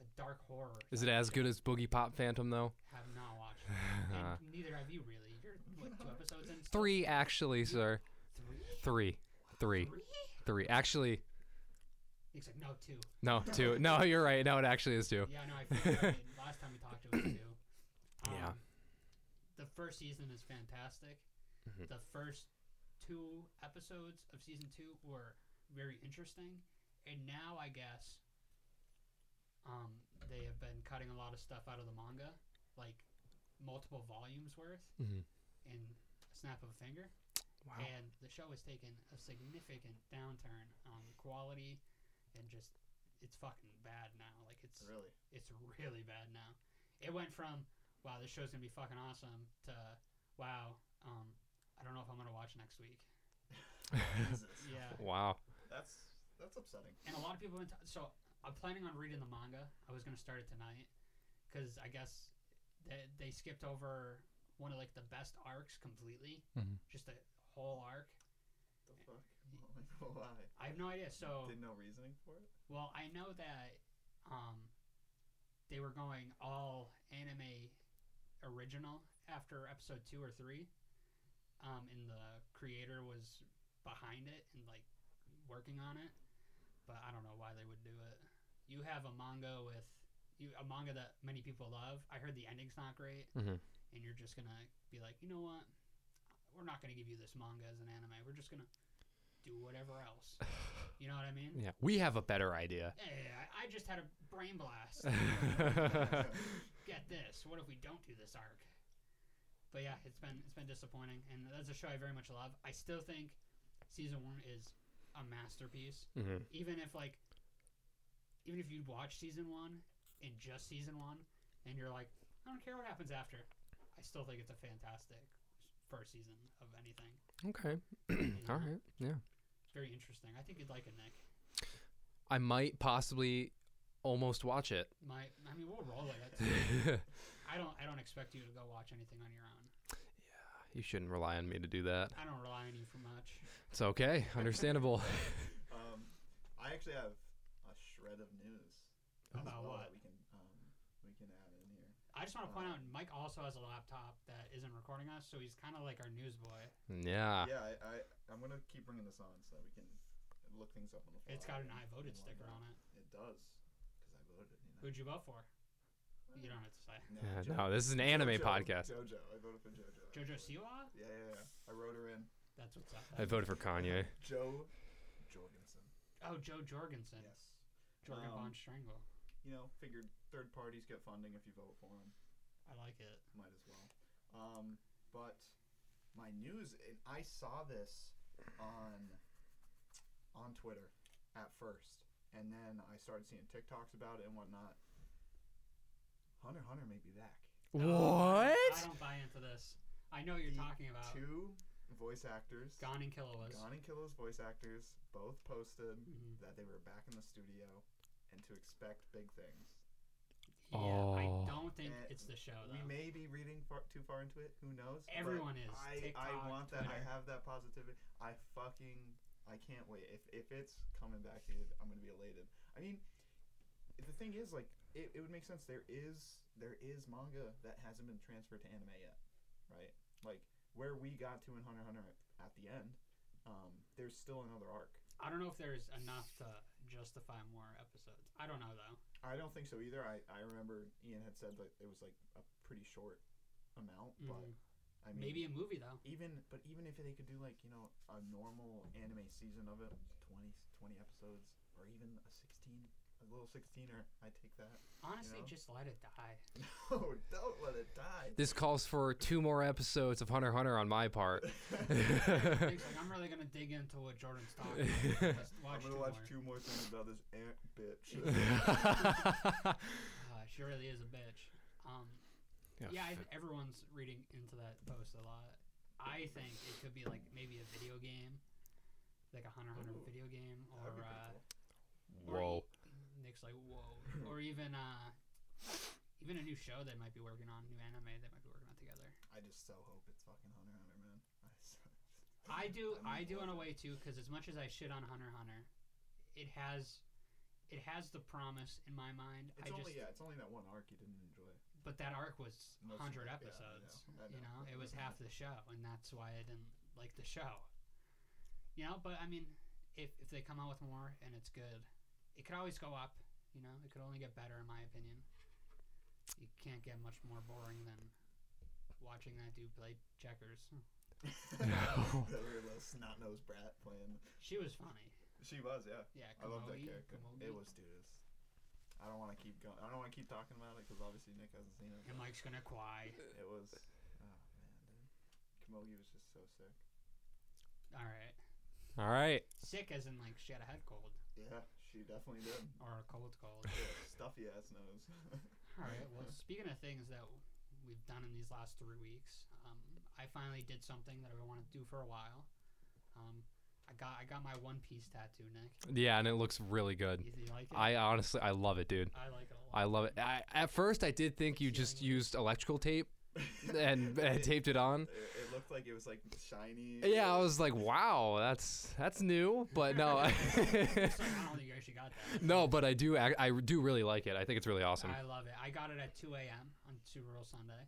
[SPEAKER 1] a dark horror.
[SPEAKER 2] Is it
[SPEAKER 1] type of
[SPEAKER 2] as
[SPEAKER 1] show.
[SPEAKER 2] good as Boogie Pop Phantom though?
[SPEAKER 1] Have not watched. it.
[SPEAKER 2] Uh,
[SPEAKER 1] and neither have you really. You're what two episodes in?
[SPEAKER 2] three actually, sir.
[SPEAKER 1] Three.
[SPEAKER 2] Three, three,
[SPEAKER 1] Three?
[SPEAKER 2] three. Actually,
[SPEAKER 1] He's like, no, two.
[SPEAKER 2] no, two. No, you're right. No, it actually is two.
[SPEAKER 1] Yeah, no, I figured out it. last time we talked it was two. Um,
[SPEAKER 2] Yeah.
[SPEAKER 1] The first season is fantastic.
[SPEAKER 2] Mhm.
[SPEAKER 1] The first two episodes of season two were very interesting, and now I guess um, they have been cutting a lot of stuff out of the manga, like multiple volumes worth
[SPEAKER 2] Mhm.
[SPEAKER 1] in a snap of a finger.
[SPEAKER 2] Wow.
[SPEAKER 1] And the show has taken a significant downturn on quality and just it's fucking bad now. Like it's
[SPEAKER 3] Really?
[SPEAKER 1] it's really bad now. It went from wow, this show's gonna be fucking awesome to wow, um, I don't know if I'm gonna watch next week.
[SPEAKER 3] Jesus.
[SPEAKER 1] Yeah,
[SPEAKER 2] Wow.
[SPEAKER 3] That's that's upsetting.
[SPEAKER 1] and a lot of people. Went t- so I'm planning on reading the manga. I was gonna start it tonight because I guess they they skipped over one of like the best arcs completely,
[SPEAKER 2] Mhm.
[SPEAKER 1] just a whole arc.
[SPEAKER 3] The fuck? Like, Why?
[SPEAKER 1] I have no idea. So
[SPEAKER 3] Did no reasoning for it?
[SPEAKER 1] Well, I know that um, they were going all anime original after episode two or three, um, and the creator was behind it and like working on it. But I don't know why they would do it. You have a manga with you a manga that many people love. I heard the ending's not great,
[SPEAKER 2] Mhm.
[SPEAKER 1] and you're just gonna be like, you know what? We're not gonna give you this manga as an anime. We're just gonna do whatever else. You know what I mean?
[SPEAKER 2] Yeah, we have a better idea.
[SPEAKER 1] Hey, I, I just had a brain blast.
[SPEAKER 2] Mm-hmm.
[SPEAKER 1] Get this. What if we don't do this arc? But yeah, it's been it's been disappointing, and that's a show I very much love. I still think season one is a masterpiece.
[SPEAKER 2] Mhm.
[SPEAKER 1] Even if like, even if you watch season one and just season one, and you're like, I don't care what happens after, I still think it's a fantastic first season of anything.
[SPEAKER 2] Okay.
[SPEAKER 1] you
[SPEAKER 2] All
[SPEAKER 1] know?
[SPEAKER 2] right. Yeah.
[SPEAKER 1] Very interesting. I think you'd like it, Nick.
[SPEAKER 2] I might possibly almost watch it.
[SPEAKER 1] My, I mean, we'll roll it. That's-
[SPEAKER 2] you
[SPEAKER 1] I don't I don't expect you to go watch anything on your own.
[SPEAKER 2] shouldn't rely on me to do that.
[SPEAKER 1] I don't rely on you for much.
[SPEAKER 2] It's okay. Understandable.
[SPEAKER 3] Um, I actually have a shred of news. as
[SPEAKER 1] Oh, About
[SPEAKER 3] well
[SPEAKER 1] what?
[SPEAKER 3] That we can um, we can add in here.
[SPEAKER 1] I just want to point out Mike also has a laptop that isn't recording us, so he's kind of like our newsboy.
[SPEAKER 2] yeah.
[SPEAKER 1] Ah.
[SPEAKER 3] Yeah, I, I I'm gonna keep bringing this on so that we can look things up on the.
[SPEAKER 1] It's
[SPEAKER 3] fly
[SPEAKER 1] got an
[SPEAKER 3] and-
[SPEAKER 1] I voted
[SPEAKER 3] and
[SPEAKER 1] sticker
[SPEAKER 3] whatnot.
[SPEAKER 1] on it.
[SPEAKER 3] It does, because I voted. You know.
[SPEAKER 1] Who'd you vote for? You don't have to say.
[SPEAKER 3] No,
[SPEAKER 2] Yeah,
[SPEAKER 3] Jo-
[SPEAKER 2] no, this is an anime
[SPEAKER 3] Jojo,
[SPEAKER 2] podcast.
[SPEAKER 3] JoJo. I voted for JoJo.
[SPEAKER 1] Jojo
[SPEAKER 3] actually.
[SPEAKER 1] Siwa?
[SPEAKER 3] Yeah, yeah, yeah. I wrote her in.
[SPEAKER 1] That's what's up.
[SPEAKER 2] I voted for Kanye.
[SPEAKER 3] Joe Jorgensen.
[SPEAKER 1] Oh, Joe Jorgensen.
[SPEAKER 3] Yes.
[SPEAKER 1] Jorgen von
[SPEAKER 3] Um,
[SPEAKER 1] Strangle.
[SPEAKER 3] You know, figured third parties get funding if you vote for him.
[SPEAKER 1] I like it.
[SPEAKER 3] Might as well. Um, but my news, and I saw this on on Twitter at first, and then I started seeing TikToks about it and whatnot. Hunter x Hunter may be back.
[SPEAKER 1] I don't buy into this. I know what you're
[SPEAKER 3] The
[SPEAKER 1] talking about.
[SPEAKER 3] Two voice actors,
[SPEAKER 1] Uh, Gone and Killa was.
[SPEAKER 3] Gone and Killo's voice actors, both posted
[SPEAKER 1] Mhm.
[SPEAKER 3] that they were back in the studio and to expect big things.
[SPEAKER 1] Yeah,
[SPEAKER 2] Oh.
[SPEAKER 1] I don't think
[SPEAKER 3] Eh,
[SPEAKER 1] it's the show
[SPEAKER 3] We
[SPEAKER 1] though.
[SPEAKER 3] may be reading far, too far into it. Who knows? but
[SPEAKER 1] Everyone is.
[SPEAKER 3] I,
[SPEAKER 1] TikTok,
[SPEAKER 3] I want that. I
[SPEAKER 1] Twitter.
[SPEAKER 3] have that positivity. I fucking. I can't wait. If, if it's coming back, dude, I'm gonna be elated. I mean, the thing is, like, it, it would make sense. There is there is manga that hasn't been transferred to anime yet, right? Like where we got to in Hunter x Hunter at the end. Um, there's still another arc.
[SPEAKER 1] I don't know if there's enough to justify more episodes. I don't know though.
[SPEAKER 3] I don't think so either. I, I remember Ian had said that it was like a pretty short amount, but
[SPEAKER 1] Mhm.
[SPEAKER 3] I mean,
[SPEAKER 1] Maybe a movie though.
[SPEAKER 3] even but even if they could do like you know a normal anime season of it 20, 20 episodes or even a 16 a little 16er i take that
[SPEAKER 1] Honestly,
[SPEAKER 3] know?
[SPEAKER 1] just let it die.
[SPEAKER 3] no don't let it die
[SPEAKER 2] This calls for two more episodes of Hunter x Hunter on my part.
[SPEAKER 1] Nick's like, I'm really gonna dig into what Jordan's talking. about. Just watch
[SPEAKER 3] i'm gonna
[SPEAKER 1] two
[SPEAKER 3] watch
[SPEAKER 1] more.
[SPEAKER 3] two more things about this ant bitch
[SPEAKER 1] Uh, she really is a bitch. Um, yeah, I, th- everyone's reading into that post a lot. I think it could be like maybe a video game, like a Hunter x Hunter
[SPEAKER 3] Ooh,
[SPEAKER 1] video game, or
[SPEAKER 3] That'd be pretty
[SPEAKER 1] uh,
[SPEAKER 3] cool.
[SPEAKER 1] or e-
[SPEAKER 2] Whoa.
[SPEAKER 1] Nick's like whoa, or even uh, even a new show they might be working on, new anime they might be working on together.
[SPEAKER 3] i just so hope it's fucking hunter x hunter man I so-
[SPEAKER 1] I do,
[SPEAKER 3] I'm
[SPEAKER 1] I
[SPEAKER 3] in
[SPEAKER 1] do in a
[SPEAKER 3] love.
[SPEAKER 1] way too, because as much as I shit on Hunter x Hunter, it has, it has the promise in my mind.
[SPEAKER 3] it's
[SPEAKER 1] I just,
[SPEAKER 3] only yeah it's only that one arc you didn't enjoy
[SPEAKER 1] but that arc was
[SPEAKER 3] Most of
[SPEAKER 1] hundred
[SPEAKER 3] it, yeah, I
[SPEAKER 1] episodes.
[SPEAKER 3] know, I
[SPEAKER 1] You
[SPEAKER 3] know.
[SPEAKER 1] know, it was half the show, and that's why I didn't like the show. You know, but I mean, if if they come out with more and it's good, it could always go up. You know, it could only get better, in my opinion. You can't get much more boring than watching that dude play checkers.
[SPEAKER 3] that weird little snot-nosed brat playing
[SPEAKER 1] She was funny.
[SPEAKER 3] she was yeah
[SPEAKER 1] Yeah,
[SPEAKER 3] I love that
[SPEAKER 1] Kamui-
[SPEAKER 3] character.
[SPEAKER 1] Kamui.
[SPEAKER 3] It was dude. it's- I don't want to keep going. I don't want to keep talking about it because obviously Nick hasn't seen it.
[SPEAKER 1] And Mike's gonna cry.
[SPEAKER 3] but It was. Oh man, dude. Camogie was just so sick.
[SPEAKER 1] All right,
[SPEAKER 2] All right.
[SPEAKER 1] sick as in like she had a head cold
[SPEAKER 3] Yeah, she definitely did.
[SPEAKER 1] or a cold cold.
[SPEAKER 3] Yeah, stuffy ass nose.
[SPEAKER 1] All right. Well, speaking of things that we've done in these last three weeks, um, I finally did something that I've been wanting to do for a while. Um, I got I got my One Piece tattoo, Nick.
[SPEAKER 2] Yeah, and it looks really good.
[SPEAKER 1] You, you like it?
[SPEAKER 2] I honestly, I love it, dude.
[SPEAKER 1] I like it a lot.
[SPEAKER 2] I love it. I, at first, I did think you just used electrical tape and, and
[SPEAKER 3] it,
[SPEAKER 2] taped it on.
[SPEAKER 3] it looked like it was like shiny.
[SPEAKER 2] Yeah, I
[SPEAKER 3] and-
[SPEAKER 2] was like, wow, that's that's new. But no, I-
[SPEAKER 1] It's like, I don't think you actually got that.
[SPEAKER 2] no, but I do, ac- I do really like it. I think it's really awesome.
[SPEAKER 1] I love it. I got it at 2 a.m. on Super Bowl Sunday.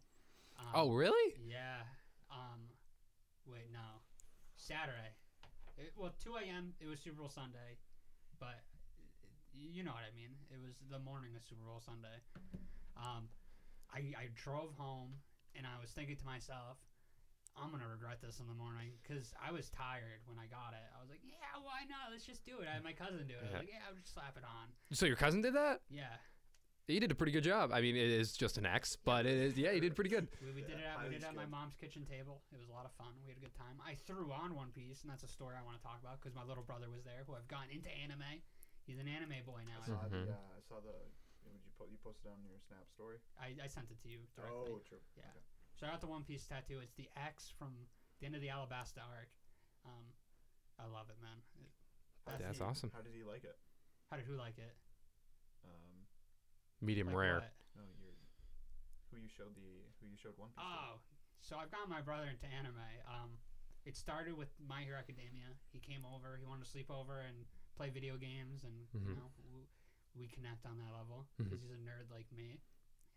[SPEAKER 1] Um,
[SPEAKER 2] Oh, really?
[SPEAKER 1] Yeah. Um, wait, no. Saturday. It, well, 2 a.m. It was Super Bowl Sunday, but y- you know what I mean. It was the morning of Super Bowl Sunday. Um, I, I drove home and I was thinking to myself, I'm gonna regret this in the morning because I was tired when I got it. I was like, yeah, why not? Let's just do it. I had my cousin do it. I
[SPEAKER 2] Yeah.
[SPEAKER 1] was like, yeah, I'll just slap it on.
[SPEAKER 2] So your cousin did that?
[SPEAKER 1] Yeah,
[SPEAKER 2] He did a pretty good job. I mean, it is just an X, but it is, yeah, he did pretty good.
[SPEAKER 1] We, we did it at
[SPEAKER 3] Yeah,
[SPEAKER 1] we
[SPEAKER 3] highly
[SPEAKER 1] did it at my
[SPEAKER 3] skilled.
[SPEAKER 1] mom's kitchen table. It was a lot of fun. We had a good time. I threw on One Piece, and that's a story I want to talk about because my little brother was there, who I've gotten into anime. He's an anime boy
[SPEAKER 3] I
[SPEAKER 1] now.
[SPEAKER 3] saw the.
[SPEAKER 2] Mhm.
[SPEAKER 3] Uh, I saw the. Would you po- you posted on your Snap story?
[SPEAKER 1] I, I sent it to you directly.
[SPEAKER 3] Oh, true.
[SPEAKER 1] Yeah. Shout out the One Piece tattoo. It's the X from the end of the Alabasta arc. Um, I love it, man. It-
[SPEAKER 3] How
[SPEAKER 1] That's
[SPEAKER 3] did
[SPEAKER 2] That's
[SPEAKER 3] he-
[SPEAKER 2] awesome.
[SPEAKER 3] How did he like it?
[SPEAKER 1] How did who like it?
[SPEAKER 3] Um,
[SPEAKER 2] Medium
[SPEAKER 1] Like
[SPEAKER 2] rare.
[SPEAKER 1] what?
[SPEAKER 3] no, you're. Who you showed the? Who you showed One Piece?
[SPEAKER 1] Oh,
[SPEAKER 3] to?
[SPEAKER 1] so I've gotten my brother into anime. Um, it started with My Hero Academia. He came over. He wanted to sleep over and play video games, and you
[SPEAKER 2] Mhm.
[SPEAKER 1] know, w- we connect on that level
[SPEAKER 2] Mhm.
[SPEAKER 1] because he's a nerd like me.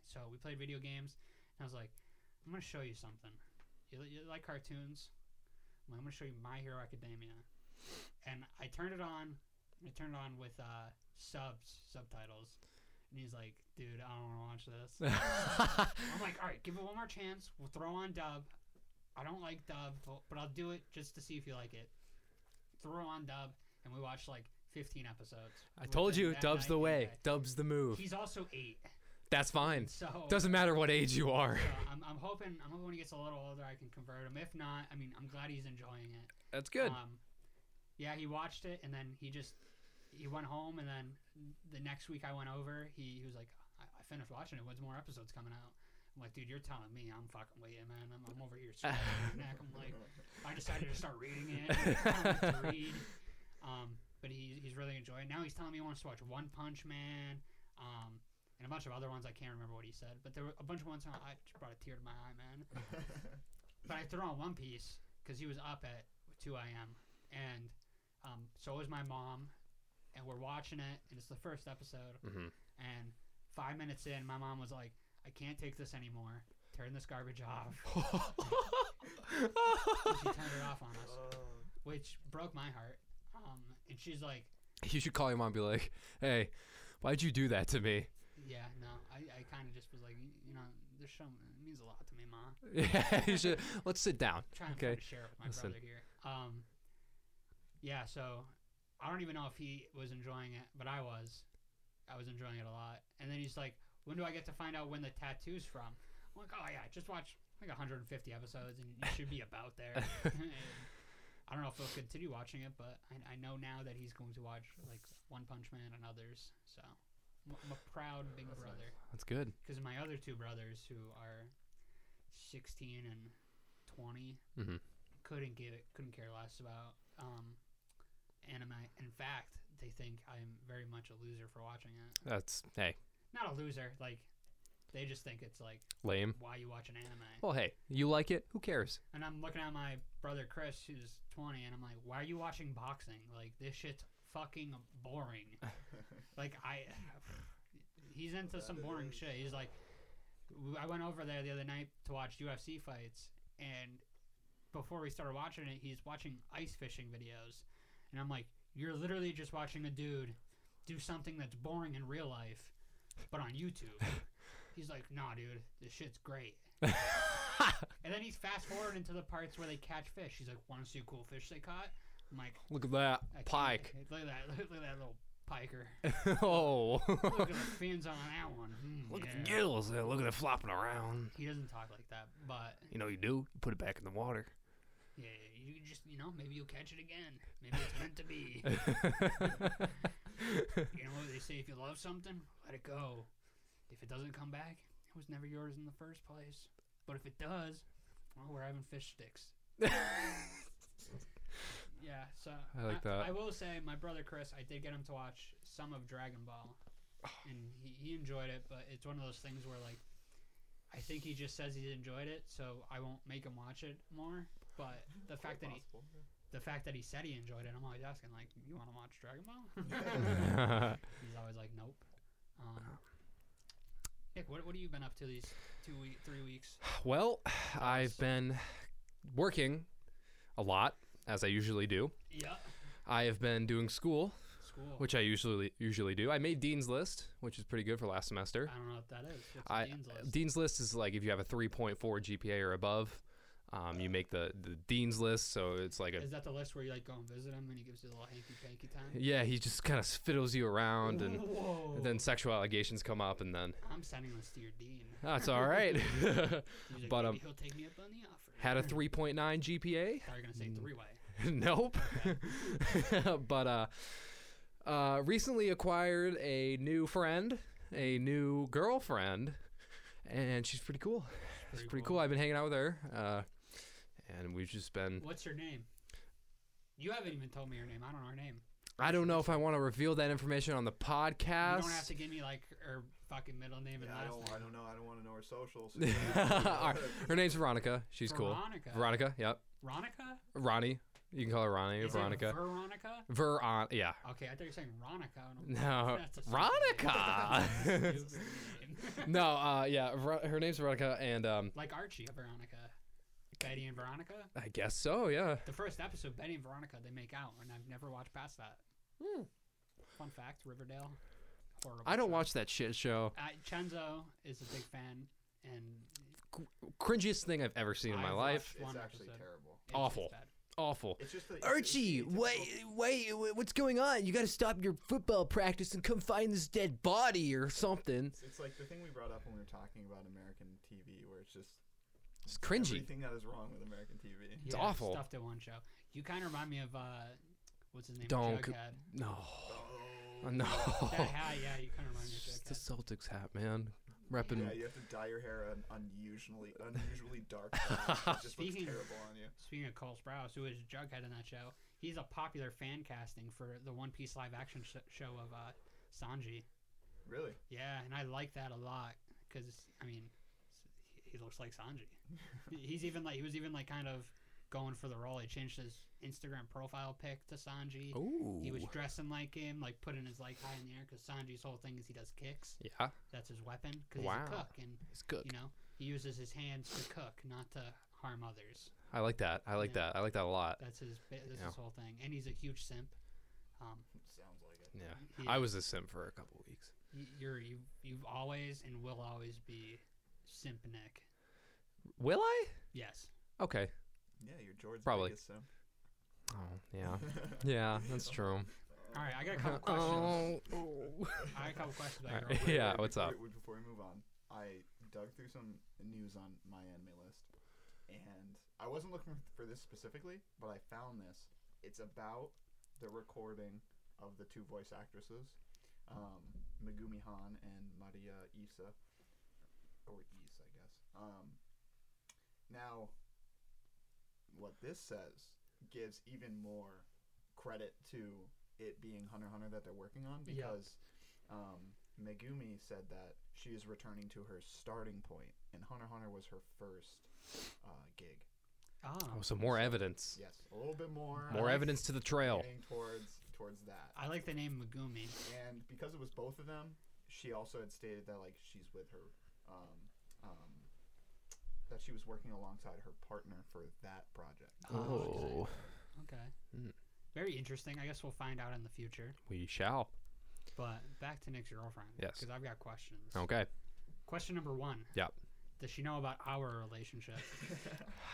[SPEAKER 1] So we played video games, and I was like, "I'm gonna show you something. You, li- you like cartoons? I'm, like, I'm gonna show you My Hero Academia." And I turned it on. and I turned it on with uh, subs subtitles, and he's like, "Dude, I don't want to watch this." I'm like, all right, give it one more chance. We'll throw on dub. I don't like dub, but, but I'll do it just to see if you like it. Threw on dub, and we watched like 15 episodes.
[SPEAKER 2] I told
[SPEAKER 1] within
[SPEAKER 2] you,
[SPEAKER 1] that
[SPEAKER 2] dub's
[SPEAKER 1] night
[SPEAKER 2] the
[SPEAKER 1] and
[SPEAKER 2] way.
[SPEAKER 1] day.
[SPEAKER 2] Dub's the move.
[SPEAKER 1] He's also eight,
[SPEAKER 2] That's fine.
[SPEAKER 1] so
[SPEAKER 2] Doesn't matter what age you are.
[SPEAKER 1] so I'm, I'm hoping I'm hoping when he gets a little older, I can convert him. If not, I mean, I'm glad he's enjoying it.
[SPEAKER 2] That's good.
[SPEAKER 1] Um, yeah, he watched it and then he just he went home and then the next week I went over. He, he was like, I, I finished watching it. When's more episodes coming out? I'm like, dude, you're telling me I'm fucking waiting, man. I'm, I'm over here scratching my
[SPEAKER 3] Mm-hmm.
[SPEAKER 1] neck. I'm like, I decided to start reading it. I don't like to read. Um, but he, he's really enjoying. it. Now he's telling me he wants to watch One Punch Man, um, and a bunch of other ones. I can't remember what he said, but there were a bunch of ones. and I just brought a tear to my eye, man. But I threw on One Piece because he was up at 2 a.m. and um, so was my mom, and we're watching it, and it's the first episode.
[SPEAKER 2] hmm
[SPEAKER 1] And five minutes in, my mom was like, "I can't take this anymore. Turn this garbage off." And she turned it off on us, which broke my heart. Um, and she's like,
[SPEAKER 2] you should call your mom and be like, hey, why'd you do that to me?
[SPEAKER 1] "Yeah, no, I, I kind of just was like, "Y- you know, there's some it means a lot to me, ma." I'm
[SPEAKER 2] Yeah, you should. Let's sit down.
[SPEAKER 1] trying
[SPEAKER 2] Okay,
[SPEAKER 1] to share it with my
[SPEAKER 2] listen.
[SPEAKER 1] brother here. Um, yeah, so I don't even know if he was enjoying it, but I was. I was enjoying it a lot. And then he's like, "When do I get to find out when the tattoo's from?" I'm like, "Oh yeah, just watch like 150 episodes, and you should be about there." And I don't know if he'll continue watching it, but I, I know now that he's going to watch like One Punch Man and others. So I'm I'm a proud big
[SPEAKER 3] That's nice.
[SPEAKER 1] brother
[SPEAKER 2] That's good.
[SPEAKER 1] because my other two brothers who are 16 and 20
[SPEAKER 2] Mhm.
[SPEAKER 1] couldn't give it couldn't care less about um, anime in fact they think i'm very much a loser for watching it
[SPEAKER 2] That's, hey,
[SPEAKER 1] not a loser like they just think it's like
[SPEAKER 2] lame.
[SPEAKER 1] why you watch an anime
[SPEAKER 2] Well, hey, you like it? Who cares?
[SPEAKER 1] and i'm looking at my brother chris who's 20 and i'm like why are you watching boxing like this shit's fucking boring like I, he's into
[SPEAKER 3] That
[SPEAKER 1] some
[SPEAKER 3] it
[SPEAKER 1] boring
[SPEAKER 3] is.
[SPEAKER 1] shit. He's like, w- I went over there the other night to watch UFC fights, and before we started watching it, he's watching ice fishing videos, and I'm like, you're literally just watching a dude do something that's boring in real life, but on YouTube. he's like, nah, dude, this shit's great. And then he's fast forwarding to the parts where they catch fish. He's like, want to see a cool fish they caught? I'm like,
[SPEAKER 2] Look at that.
[SPEAKER 1] "I can't-
[SPEAKER 2] Pike.
[SPEAKER 1] Look at that. Look at that little piker.
[SPEAKER 2] oh.
[SPEAKER 1] Look at the fins on that one. Hmm,
[SPEAKER 2] Look at the
[SPEAKER 1] yeah.
[SPEAKER 2] gills. there. Look at it flopping around.
[SPEAKER 1] He doesn't talk like that, but
[SPEAKER 2] You know, you do. You put it back in the water.
[SPEAKER 1] yeah, you just you know maybe you'll catch it again. Maybe it's meant to be. You know what they say: if you love something, let it go. If it doesn't come back, it was never yours in the first place. But if it does, well, we're having fish sticks. Yeah, so
[SPEAKER 2] I like that.
[SPEAKER 1] I will say, my brother Chris, I did get him to watch some of Dragon Ball, and he, he enjoyed it. But it's one of those things where like, I think he just says he enjoyed it, so I won't make him watch it more. But the fact that he the fact that he said he enjoyed it, I'm always asking like, you want to watch Dragon Ball? He's always like, nope. Um, Nick, what what have you been up to these two week three weeks?
[SPEAKER 2] well, I've
[SPEAKER 1] Nice.
[SPEAKER 2] been working a lot, as I usually do.
[SPEAKER 1] Yeah,
[SPEAKER 2] I have been doing school,
[SPEAKER 1] school.
[SPEAKER 2] which I usually usually do. I made Dean's List, which is pretty good for last semester.
[SPEAKER 1] I don't know what that is. What's
[SPEAKER 2] I-
[SPEAKER 1] Ah, Dean's
[SPEAKER 2] Uh,
[SPEAKER 1] list?
[SPEAKER 2] Dean's List is like if you have a 3.4 GPA or above, um, you make the, the Dean's List. So it's like a
[SPEAKER 1] Is that the list where you like go and visit him and he gives you the little hanky panky time?
[SPEAKER 2] yeah, he just kind of fiddles you around, and
[SPEAKER 1] Whoa.
[SPEAKER 2] then sexual allegations come up, and then
[SPEAKER 1] I'm sending this to your dean.
[SPEAKER 2] that's all right.
[SPEAKER 1] He's like,
[SPEAKER 2] But,
[SPEAKER 1] "Maybe
[SPEAKER 2] um,
[SPEAKER 1] he'll take me up on the offer.
[SPEAKER 2] Had Mm, a 3.9 GPA.
[SPEAKER 1] Thought you were gonna say three way.
[SPEAKER 2] nope. but uh, uh, recently acquired a new friend, a new girlfriend, and she's pretty cool. It's pretty cool. I've been hanging out with her, uh, and we've just been.
[SPEAKER 1] What's your name? You haven't even told me your name. I don't know her name.
[SPEAKER 2] I don't know if I want to reveal that information on the podcast.
[SPEAKER 1] You don't have to give me like her fucking middle name and
[SPEAKER 3] Yeah, I
[SPEAKER 1] last
[SPEAKER 3] don't. I
[SPEAKER 1] name.
[SPEAKER 3] don't know. I don't want to know her socials.
[SPEAKER 2] Alright, her name's Veronica. She's
[SPEAKER 1] Veronica.
[SPEAKER 2] cool. Veronica. Yep.
[SPEAKER 1] Veronica.
[SPEAKER 2] Ronnie. You can call her Ronnie or
[SPEAKER 1] Is it
[SPEAKER 2] Veronica.
[SPEAKER 1] Veronica.
[SPEAKER 2] Veron. Yeah.
[SPEAKER 1] Okay, I thought you were saying Ronica. and I'm like,
[SPEAKER 2] No.
[SPEAKER 1] That's a
[SPEAKER 2] Veronica.
[SPEAKER 1] stupid name. That's a stupid name.
[SPEAKER 2] no. Uh. Yeah. Ver- her name's Veronica, and um.
[SPEAKER 1] like Archie, Veronica, Betty and Veronica.
[SPEAKER 2] I guess so. Yeah.
[SPEAKER 1] The first episode, Betty and Veronica, they make out, and I've never watched past that.
[SPEAKER 2] Hmm.
[SPEAKER 1] Fun fact: Riverdale. Horrible
[SPEAKER 2] I don't
[SPEAKER 1] show.
[SPEAKER 2] watch that shit show.
[SPEAKER 1] Uh, Chenzo is a big fan, and
[SPEAKER 2] cringiest thing I've ever seen in my
[SPEAKER 1] I've
[SPEAKER 2] life.
[SPEAKER 1] watched-
[SPEAKER 3] It's
[SPEAKER 1] One
[SPEAKER 3] actually
[SPEAKER 1] episode.
[SPEAKER 3] terrible.
[SPEAKER 1] It's-
[SPEAKER 2] Awful.
[SPEAKER 1] It's bad.
[SPEAKER 2] Awful.
[SPEAKER 3] It's just the it's the
[SPEAKER 4] Archie,
[SPEAKER 3] stereotypical-
[SPEAKER 4] wait, wait, what's going on? You got to stop your football practice and come find this dead body or something.
[SPEAKER 3] It's like the thing we brought up when we were talking about American TV, where it's just
[SPEAKER 2] It's cringy.
[SPEAKER 3] everything that is wrong with American TV.
[SPEAKER 2] It's
[SPEAKER 1] Yeah,
[SPEAKER 2] awful.
[SPEAKER 1] Stuff to one show. You kind of remind me of uh, what's his name?
[SPEAKER 2] Don't c-
[SPEAKER 1] Jughead.
[SPEAKER 2] No.
[SPEAKER 3] Oh.
[SPEAKER 2] Oh, No.
[SPEAKER 1] That hat, yeah, you kind of remind me
[SPEAKER 2] It's just
[SPEAKER 1] of
[SPEAKER 2] the
[SPEAKER 1] Jughead.
[SPEAKER 2] Celtics hat, man. Repping.
[SPEAKER 3] Yeah, you have to dye your hair an unusually, unusually dark. brown. It just looks
[SPEAKER 1] Speaking-
[SPEAKER 3] terrible on you.
[SPEAKER 1] Speaking of Cole Sprouse, who is Jughead in that show, he's a popular fan casting for the One Piece live action sh- show of uh, Sanji.
[SPEAKER 3] Really?
[SPEAKER 1] Yeah, and I like that a lot because I mean, s- he- he looks like Sanji. He's even like he was even like kind of going for the role. He changed his Instagram profile pic to Sanji.
[SPEAKER 2] Ooh.
[SPEAKER 1] He was dressing like him, like putting his like high in the air because Sanji's whole thing is he does kicks.
[SPEAKER 2] Yeah.
[SPEAKER 1] That's his weapon because
[SPEAKER 2] Wow.
[SPEAKER 1] he's a cook and
[SPEAKER 2] It's cooked.
[SPEAKER 1] you know he uses his hands to cook, not to harm others.
[SPEAKER 2] I like that. I like
[SPEAKER 1] Yeah.
[SPEAKER 2] that. I like that a lot.
[SPEAKER 1] That's his ba- that's
[SPEAKER 2] Yeah.
[SPEAKER 1] his whole thing, and he's a huge simp. Um,
[SPEAKER 3] Sounds like it.
[SPEAKER 2] Yeah.
[SPEAKER 1] he-
[SPEAKER 2] I was a sim for a couple weeks.
[SPEAKER 1] y- you're you you've always and will always be simp Nick.
[SPEAKER 2] Will I?
[SPEAKER 1] Yes.
[SPEAKER 2] Okay.
[SPEAKER 3] Yeah, you're George's
[SPEAKER 2] Probably.
[SPEAKER 3] biggest simp.
[SPEAKER 2] Oh, yeah. Yeah, that's true.
[SPEAKER 1] All right, I got a couple questions.
[SPEAKER 2] Oh. oh.
[SPEAKER 1] I got a couple questions about
[SPEAKER 2] All
[SPEAKER 1] your
[SPEAKER 2] right.
[SPEAKER 1] own.
[SPEAKER 2] Yeah, what's
[SPEAKER 3] before,
[SPEAKER 2] up?
[SPEAKER 3] wait, before we move on, I dug through some news on my anime list, and I wasn't looking for this specifically, but I found this. It's about the recording of the two voice actresses, um, Megumi Han and Maria Isa, or Is, I guess. Um, now, what this says gives even more credit to it being Hunter x Hunter that they're working on
[SPEAKER 1] Yeah.
[SPEAKER 3] because um, Megumi said that she is returning to her starting point, and Hunter x Hunter was her first uh, gig.
[SPEAKER 1] Oh,
[SPEAKER 2] Oh, so more evidence.
[SPEAKER 3] Yes, a little bit more. uh,
[SPEAKER 2] More
[SPEAKER 1] like-
[SPEAKER 2] evidence to the trail.
[SPEAKER 3] Getting towards towards that,
[SPEAKER 1] I like the name Megumi.
[SPEAKER 3] and because it was both of them, she also had stated that like she's with her, um, um, that she was working alongside her partner for that project.
[SPEAKER 1] Oh,
[SPEAKER 2] Oh,
[SPEAKER 1] Okay.
[SPEAKER 2] Mm.
[SPEAKER 1] Very interesting. I guess we'll find out in the future.
[SPEAKER 2] we shall.
[SPEAKER 1] But back to Nick's girlfriend.
[SPEAKER 2] Yes.
[SPEAKER 1] Because I've got questions.
[SPEAKER 2] Okay.
[SPEAKER 1] Question number one.
[SPEAKER 2] Yep.
[SPEAKER 1] Does she know about our relationship?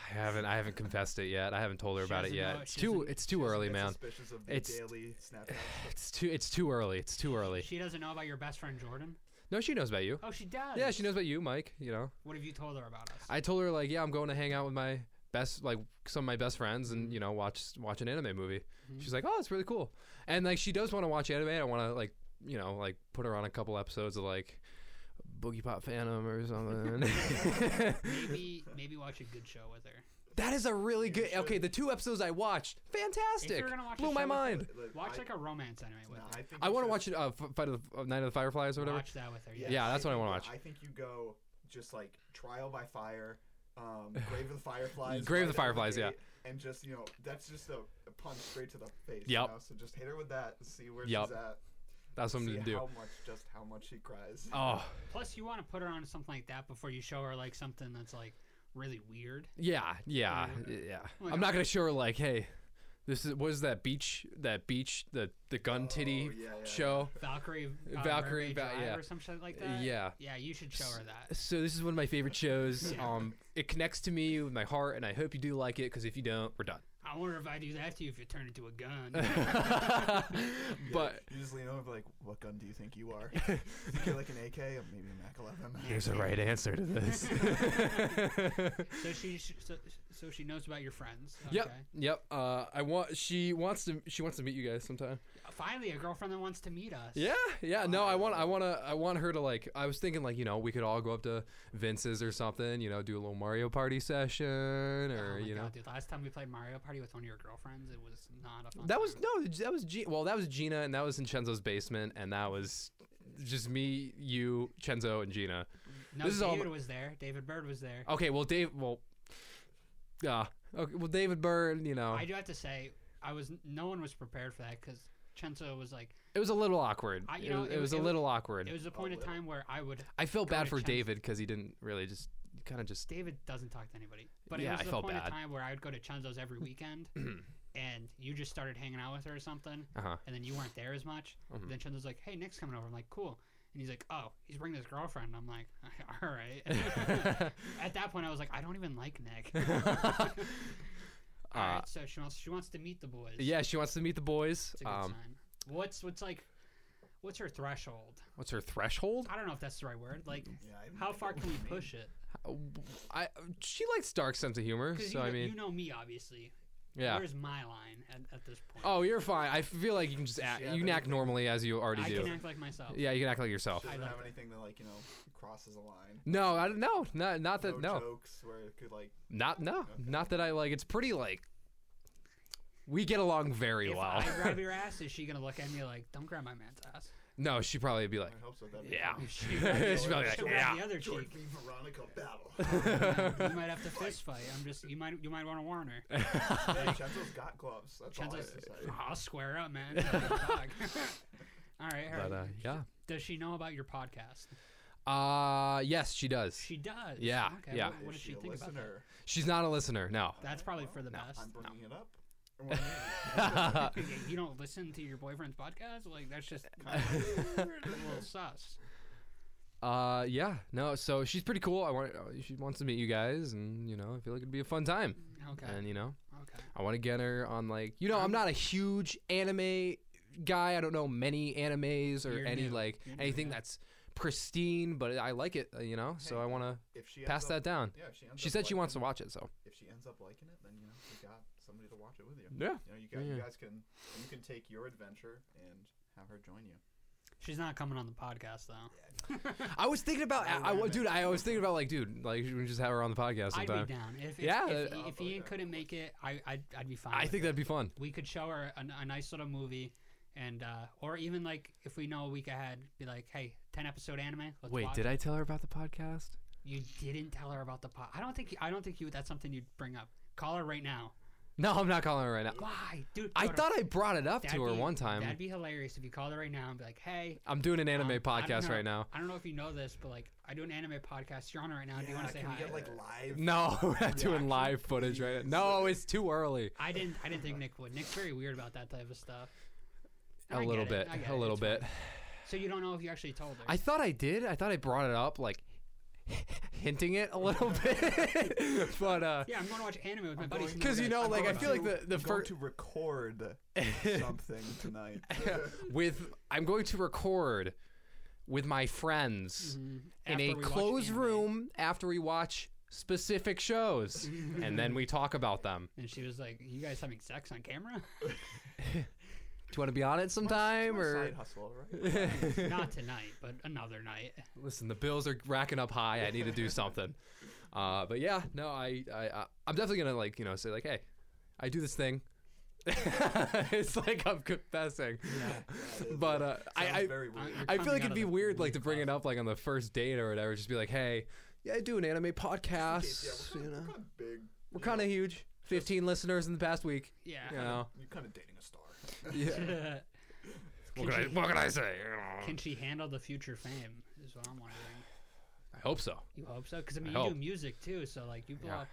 [SPEAKER 2] I haven't. I haven't confessed it yet. I haven't told her
[SPEAKER 1] She
[SPEAKER 2] about it
[SPEAKER 1] doesn't
[SPEAKER 2] yet.
[SPEAKER 1] know it.
[SPEAKER 2] It's
[SPEAKER 1] She
[SPEAKER 2] too.
[SPEAKER 1] doesn't-
[SPEAKER 2] It's too early,
[SPEAKER 3] Get
[SPEAKER 2] man.
[SPEAKER 3] Suspicious of the
[SPEAKER 2] It's-
[SPEAKER 3] daily Snapchat.
[SPEAKER 2] It's too. It's too early. It's too early.
[SPEAKER 1] she doesn't know about your best friend Jordan.
[SPEAKER 2] No, she knows about you.
[SPEAKER 1] Oh, she does.
[SPEAKER 2] Yeah, she knows about you, Mike. You know,
[SPEAKER 1] What have you told her about us?
[SPEAKER 2] I told her like, yeah, I'm going to hang out with my best, like, some of my best friends, and you know, watch watch an anime movie.
[SPEAKER 1] Mm-hmm.
[SPEAKER 2] She's like, oh, that's really cool. And like, she does want to watch anime. I want to like, you know, like put her on a couple episodes of like, Boogie Pop Phantom or something.
[SPEAKER 1] maybe maybe watch a good show with her.
[SPEAKER 2] that is a really good. Okay, the two episodes I watched,
[SPEAKER 1] If
[SPEAKER 2] fantastic.
[SPEAKER 1] you're gonna watch a
[SPEAKER 2] Blew my
[SPEAKER 1] show with-
[SPEAKER 2] mind.
[SPEAKER 1] Watch
[SPEAKER 3] I-
[SPEAKER 1] like a romance anime with
[SPEAKER 3] nah,
[SPEAKER 1] her.
[SPEAKER 3] I, think
[SPEAKER 2] I
[SPEAKER 3] you
[SPEAKER 2] want to
[SPEAKER 3] should-
[SPEAKER 2] watch it, uh, F- Fight of the, uh, Night of the Fireflies or whatever.
[SPEAKER 1] Watch that with her. Yeah.
[SPEAKER 2] Yeah. that's what I
[SPEAKER 3] think
[SPEAKER 2] wanna
[SPEAKER 3] you-
[SPEAKER 2] watch.
[SPEAKER 3] I think you go just like trial by fire, um, Grave of the Fireflies.
[SPEAKER 2] Grave of
[SPEAKER 3] right
[SPEAKER 2] the
[SPEAKER 3] out
[SPEAKER 2] Fireflies, yeah.
[SPEAKER 3] gate, And just you know, that's just a, a punch straight to the face.
[SPEAKER 2] Yep.
[SPEAKER 3] You know? So just hit her with that, and see where
[SPEAKER 2] Yep.
[SPEAKER 3] she's at.
[SPEAKER 2] That's what I'm
[SPEAKER 3] see
[SPEAKER 2] gonna do.
[SPEAKER 3] How much, just how much she cries.
[SPEAKER 2] Oh,
[SPEAKER 1] Plus, you want to put her on something like that before you show her like something that's like really weird.
[SPEAKER 2] yeah, yeah, yeah.
[SPEAKER 1] my
[SPEAKER 2] I'm not gonna show her like, hey, this is what is that beach? That beach? The the gun titty
[SPEAKER 3] Oh, yeah, yeah,
[SPEAKER 2] show.
[SPEAKER 1] Valkyrie, uh,
[SPEAKER 2] Valkyrie,
[SPEAKER 1] Mermaid
[SPEAKER 2] Va-
[SPEAKER 1] Drive
[SPEAKER 2] yeah.
[SPEAKER 1] or some shit like
[SPEAKER 2] Uh,
[SPEAKER 1] that.
[SPEAKER 2] yeah.
[SPEAKER 1] yeah, you should show her that.
[SPEAKER 2] So this is one of my favorite shows.
[SPEAKER 1] Yeah.
[SPEAKER 2] Um, it connects to me with my heart, and I hope you do like it. Because if you don't, we're done.
[SPEAKER 1] I wonder if I do that to you if you turn into a gun.
[SPEAKER 3] Yeah,
[SPEAKER 2] but
[SPEAKER 3] you just lean over, and be like, "What gun do you think you are? you think you're like an AK, or maybe a Mac 11."
[SPEAKER 2] here's the right answer to this.
[SPEAKER 1] so she, sh- so, so she knows about your friends. Okay.
[SPEAKER 2] Yep, yep. Uh, I want. She wants to. She wants to meet you guys sometime.
[SPEAKER 1] Finally, a girlfriend that wants to meet us.
[SPEAKER 2] Yeah, yeah. No, I want, I want to, I want her to like. I was thinking like, you know, we could all go up to Vince's or something. You know, do a little Mario Party session,
[SPEAKER 1] Oh
[SPEAKER 2] or
[SPEAKER 1] my
[SPEAKER 2] you know,
[SPEAKER 1] God, dude, last time we played Mario Party with one of your girlfriends, it was not a fun.
[SPEAKER 2] that was
[SPEAKER 1] time.
[SPEAKER 2] no, that was G- well, that was Gina, and that was in Chenzo's basement, and that was just me, you, Chenzo, and Gina.
[SPEAKER 1] no.
[SPEAKER 2] this is all Oh.
[SPEAKER 1] David
[SPEAKER 2] my-
[SPEAKER 1] was there. David Bird was there.
[SPEAKER 2] Okay, well, Dave, well, yeah, okay, well, David Byrne, you know,
[SPEAKER 1] I do have to say, I was no one was prepared for that because Chenzo was like,
[SPEAKER 2] it was a little awkward.
[SPEAKER 1] I- you
[SPEAKER 2] it,
[SPEAKER 1] know,
[SPEAKER 2] was,
[SPEAKER 1] it
[SPEAKER 2] it was
[SPEAKER 1] was- it
[SPEAKER 2] a
[SPEAKER 1] was-
[SPEAKER 2] little awkward.
[SPEAKER 1] it was a point of
[SPEAKER 3] little.
[SPEAKER 1] time where I would.
[SPEAKER 2] I felt
[SPEAKER 1] go
[SPEAKER 2] bad
[SPEAKER 1] to
[SPEAKER 2] for
[SPEAKER 1] Chenzo.
[SPEAKER 2] David because he didn't really just kind of just
[SPEAKER 1] David doesn't talk to anybody, but
[SPEAKER 2] Yeah,
[SPEAKER 1] it
[SPEAKER 2] I
[SPEAKER 1] was the
[SPEAKER 2] felt
[SPEAKER 1] point
[SPEAKER 2] bad.
[SPEAKER 1] of time where I would go to Chenzo's every weekend, and you just started hanging out with her or something,
[SPEAKER 2] uh huh.
[SPEAKER 1] and then you weren't there as much.
[SPEAKER 2] Mhm.
[SPEAKER 1] Then Chenzo's like, "Hey, Nick's coming over." I'm like, "Cool." And he's like, oh, he's bringing his girlfriend. I'm like, all right.
[SPEAKER 2] uh,
[SPEAKER 1] At that point, I was like, I don't even like Nick. all right, so she wants she wants to meet the boys.
[SPEAKER 2] Uh, yeah, she wants to meet the boys.
[SPEAKER 1] it's a good
[SPEAKER 2] Um,
[SPEAKER 1] sign. What's what's like, what's her threshold?
[SPEAKER 2] what's her threshold?
[SPEAKER 1] I don't know if that's the right word. Like,
[SPEAKER 3] Yeah, I
[SPEAKER 1] how far can we push it?
[SPEAKER 2] I she likes dark sense of humor,
[SPEAKER 1] Because
[SPEAKER 2] so
[SPEAKER 1] you,
[SPEAKER 2] I
[SPEAKER 1] kn-
[SPEAKER 2] mean,
[SPEAKER 1] you know me, obviously.
[SPEAKER 2] yeah.
[SPEAKER 1] Where's my line at, at this point?
[SPEAKER 2] Oh, you're fine. I feel like you can just act.
[SPEAKER 3] have
[SPEAKER 2] You can act
[SPEAKER 3] anything?
[SPEAKER 2] normally as you already
[SPEAKER 1] I
[SPEAKER 2] do.
[SPEAKER 1] can act like myself.
[SPEAKER 2] Yeah, you can act like yourself.
[SPEAKER 3] She
[SPEAKER 1] I
[SPEAKER 3] doesn't
[SPEAKER 1] like
[SPEAKER 3] have
[SPEAKER 1] that.
[SPEAKER 3] anything that like you know crosses a line.
[SPEAKER 2] No, I don't. No, not not that. No,
[SPEAKER 3] jokes where it could like.
[SPEAKER 2] not no,
[SPEAKER 3] Okay.
[SPEAKER 2] not that I like. It's pretty like we get along very
[SPEAKER 1] If
[SPEAKER 2] well.
[SPEAKER 1] I grab your ass, is she gonna look at me like, "Don't grab my man's ass"?
[SPEAKER 2] no, she'd probably be like,
[SPEAKER 3] I hope so. That'd
[SPEAKER 2] yeah.
[SPEAKER 3] Be
[SPEAKER 2] She'd
[SPEAKER 1] She'd
[SPEAKER 2] probably
[SPEAKER 3] She'll
[SPEAKER 2] be like,
[SPEAKER 1] She'll
[SPEAKER 2] yeah.
[SPEAKER 1] grab the other
[SPEAKER 3] George
[SPEAKER 1] cheek.
[SPEAKER 3] v. Veronica battle.
[SPEAKER 1] Yeah, you might have to fist fight. I'm just. You might. You might want to warn her.
[SPEAKER 3] hey, Chenzo's got gloves. That's all I
[SPEAKER 1] Chenzo's-
[SPEAKER 3] have to say.
[SPEAKER 2] uh,
[SPEAKER 1] I'll square up, man. Fuck. All right.
[SPEAKER 2] But uh,
[SPEAKER 1] Harry,
[SPEAKER 2] yeah.
[SPEAKER 1] Does she know about your podcast?
[SPEAKER 2] Uh, yes, she does.
[SPEAKER 1] She does.
[SPEAKER 2] Yeah,
[SPEAKER 1] Okay.
[SPEAKER 2] yeah.
[SPEAKER 1] What, what
[SPEAKER 3] Is
[SPEAKER 1] does she,
[SPEAKER 3] a
[SPEAKER 1] think about that?
[SPEAKER 3] listener?
[SPEAKER 2] She's not a listener. No.
[SPEAKER 1] That's probably for the
[SPEAKER 2] No.
[SPEAKER 1] best.
[SPEAKER 3] I'm bringing it up.
[SPEAKER 1] Yeah, you don't listen to your boyfriend's podcast? Like that's just kind of a little sus.
[SPEAKER 2] uh, yeah. No. So she's pretty cool. I want. uh, She wants to meet you guys, and you know, I feel like it'd be a fun time.
[SPEAKER 1] Okay.
[SPEAKER 2] And you know,
[SPEAKER 1] okay.
[SPEAKER 2] I want to get her on like you know I'm not a huge anime guy. I don't know many animes or
[SPEAKER 1] You're
[SPEAKER 2] any
[SPEAKER 1] new.
[SPEAKER 2] like
[SPEAKER 1] You're new,
[SPEAKER 2] anything
[SPEAKER 1] yeah.
[SPEAKER 2] that's pristine, but I like it. uh, You know, so
[SPEAKER 3] Hey,
[SPEAKER 2] I want to
[SPEAKER 3] If she
[SPEAKER 2] pass
[SPEAKER 3] ends
[SPEAKER 2] that
[SPEAKER 3] up,
[SPEAKER 2] down.
[SPEAKER 3] Yeah, if she ends
[SPEAKER 2] She
[SPEAKER 3] up
[SPEAKER 2] said she wants to
[SPEAKER 3] liking
[SPEAKER 2] watch it, so
[SPEAKER 3] it- If she ends up liking it, then you know you got somebody to watch it with you.
[SPEAKER 2] yeah.
[SPEAKER 3] You know, you, got, you
[SPEAKER 2] Yeah.
[SPEAKER 3] guys can you can take your adventure and have her join you.
[SPEAKER 1] She's not coming on the podcast though.
[SPEAKER 2] I was thinking about,
[SPEAKER 3] Yeah,
[SPEAKER 2] I, I-
[SPEAKER 3] we're gonna
[SPEAKER 2] dude. I was thinking about like, dude, like we just have her on the podcast
[SPEAKER 1] I'd
[SPEAKER 2] sometime.
[SPEAKER 1] be down. If if,
[SPEAKER 2] Yeah,
[SPEAKER 1] if,
[SPEAKER 2] that-
[SPEAKER 1] if,
[SPEAKER 3] I'll
[SPEAKER 1] Ian
[SPEAKER 3] go.
[SPEAKER 1] couldn't make it, I I'd, I'd be fine.
[SPEAKER 2] I
[SPEAKER 1] with
[SPEAKER 2] think
[SPEAKER 1] it.
[SPEAKER 2] that'd be fun.
[SPEAKER 1] we could show her a, a nice little movie, and uh, or even like if we know a week ahead, be like, hey, ten episode anime. Let's
[SPEAKER 2] Wait,
[SPEAKER 1] watch.
[SPEAKER 2] did I tell her about the podcast?
[SPEAKER 1] You didn't tell her about the pod. I don't think I don't think you. That's something you'd bring up. Call her right now.
[SPEAKER 2] No, I'm not calling her right now.
[SPEAKER 1] Why, dude?
[SPEAKER 2] I
[SPEAKER 1] go to-
[SPEAKER 2] thought I brought it up
[SPEAKER 1] that'd
[SPEAKER 2] to her
[SPEAKER 1] be-
[SPEAKER 2] one time.
[SPEAKER 1] That'd be hilarious if you called her right now and be like, hey.
[SPEAKER 2] I'm doing an anime
[SPEAKER 1] um, I don't
[SPEAKER 2] podcast
[SPEAKER 1] know-
[SPEAKER 2] right now.
[SPEAKER 1] I don't know if you know this, but like I do an anime podcast. You're on it right now. do you want to say
[SPEAKER 3] can
[SPEAKER 1] hi?
[SPEAKER 3] we get like live?
[SPEAKER 2] No, we're not doing
[SPEAKER 3] Reaction,
[SPEAKER 2] live footage right now. No, it's too early.
[SPEAKER 1] I didn't. I didn't think Nick would. Nick's very weird about that type of stuff.
[SPEAKER 2] A
[SPEAKER 1] I get
[SPEAKER 2] little
[SPEAKER 1] it,
[SPEAKER 2] bit.
[SPEAKER 1] I get
[SPEAKER 2] A
[SPEAKER 1] it,
[SPEAKER 2] little
[SPEAKER 1] it's fine.
[SPEAKER 2] bit.
[SPEAKER 1] So you don't know if you actually told her.
[SPEAKER 2] I thought I did. I thought I brought it up, like hinting it a little bit. but uh
[SPEAKER 1] yeah, I'm going to watch anime with my buddies. and
[SPEAKER 3] I'm going-
[SPEAKER 1] they're
[SPEAKER 2] Because, you
[SPEAKER 1] gonna
[SPEAKER 2] know,
[SPEAKER 1] be
[SPEAKER 2] like, I
[SPEAKER 1] I'm
[SPEAKER 2] feel
[SPEAKER 1] going
[SPEAKER 2] like the- the
[SPEAKER 3] I'm going
[SPEAKER 2] fir-
[SPEAKER 3] to record something tonight.
[SPEAKER 2] with I'm going to record with my friends
[SPEAKER 1] to-
[SPEAKER 2] in
[SPEAKER 1] Mm-hmm. after
[SPEAKER 2] a
[SPEAKER 1] we watch
[SPEAKER 2] closed
[SPEAKER 1] anime.
[SPEAKER 2] room after we watch specific shows and then we talk about them.
[SPEAKER 1] And she was like, "You guys having sex on camera?
[SPEAKER 2] Do you want to be on it sometime or
[SPEAKER 3] Side hustle, right?
[SPEAKER 1] Not tonight, but another night."
[SPEAKER 2] Listen, the bills are racking up high. I need to do something. Uh, but yeah, no, I, I, I, I'm definitely gonna like, you know, say like, hey, I do this thing. it's like I'm confessing, but uh, I, I,
[SPEAKER 3] very weird.
[SPEAKER 1] Uh,
[SPEAKER 2] I
[SPEAKER 1] Coming
[SPEAKER 2] feel like
[SPEAKER 1] out
[SPEAKER 2] it'd
[SPEAKER 1] of
[SPEAKER 2] be
[SPEAKER 1] the
[SPEAKER 2] weird, like
[SPEAKER 1] womb
[SPEAKER 2] to bring it up, like on the first date or whatever. Just be like, hey, yeah, I do an anime podcast.
[SPEAKER 3] yeah,
[SPEAKER 2] you
[SPEAKER 3] we're
[SPEAKER 2] know,
[SPEAKER 3] kind of big.
[SPEAKER 2] we're kind of huge. 15 listeners in the past week.
[SPEAKER 1] Yeah.
[SPEAKER 2] You know,
[SPEAKER 3] You're kind of dating a star.
[SPEAKER 2] yeah.
[SPEAKER 1] can,
[SPEAKER 2] what, can I,
[SPEAKER 1] she,
[SPEAKER 2] what can I say?
[SPEAKER 1] can she handle the future fame? Is what I'm wondering.
[SPEAKER 2] I hope so.
[SPEAKER 1] You hope so, because I mean,
[SPEAKER 2] I
[SPEAKER 1] you do
[SPEAKER 2] hope.
[SPEAKER 1] music too. So like, you blow
[SPEAKER 2] Yeah.
[SPEAKER 1] up,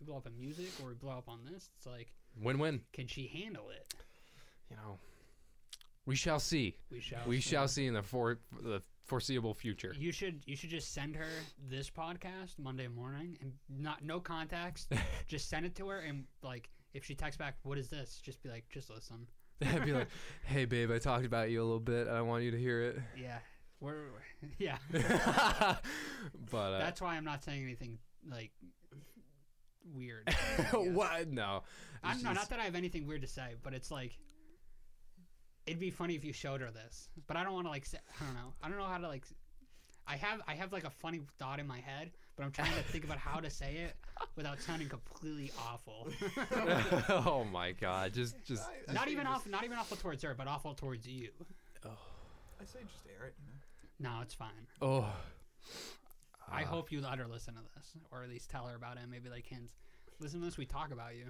[SPEAKER 1] you blow up in music, or we blow up on this. It's like,
[SPEAKER 2] Win-win.
[SPEAKER 1] can she handle it?
[SPEAKER 2] You know, we shall see.
[SPEAKER 1] We shall.
[SPEAKER 2] We
[SPEAKER 1] see.
[SPEAKER 2] shall see in the for the foreseeable future.
[SPEAKER 1] You should you should just send her this podcast Monday morning and not no context. just send it to her and like if she texts back, what is this? Just be like, just listen.
[SPEAKER 2] I'd be like, "Hey, babe, I talked about you a little bit. I want you to hear it."
[SPEAKER 1] Yeah, we're yeah.
[SPEAKER 2] Uh, but uh,
[SPEAKER 1] That's why I'm not saying anything like weird. I guess.
[SPEAKER 2] what? No,
[SPEAKER 1] I'm no,
[SPEAKER 2] She's-
[SPEAKER 1] not that I have anything weird to say, but it's like it'd be funny if you showed her this, but I don't want to like. Say, I don't know. I don't know how to like. s- I have I have like a funny thought in my head, but I'm trying to think about how to say it without sounding completely awful.
[SPEAKER 2] oh my god! Just, just
[SPEAKER 3] I, I
[SPEAKER 1] not
[SPEAKER 3] say
[SPEAKER 1] even
[SPEAKER 3] just,
[SPEAKER 1] off, not even awful towards her, but awful towards you.
[SPEAKER 3] I say just air it. You know?
[SPEAKER 1] No, it's fine.
[SPEAKER 2] oh.
[SPEAKER 1] I
[SPEAKER 2] Ah.
[SPEAKER 1] hope you let her listen to this, or at least tell her about it. and Maybe like hints. Listen to this. We talk about you.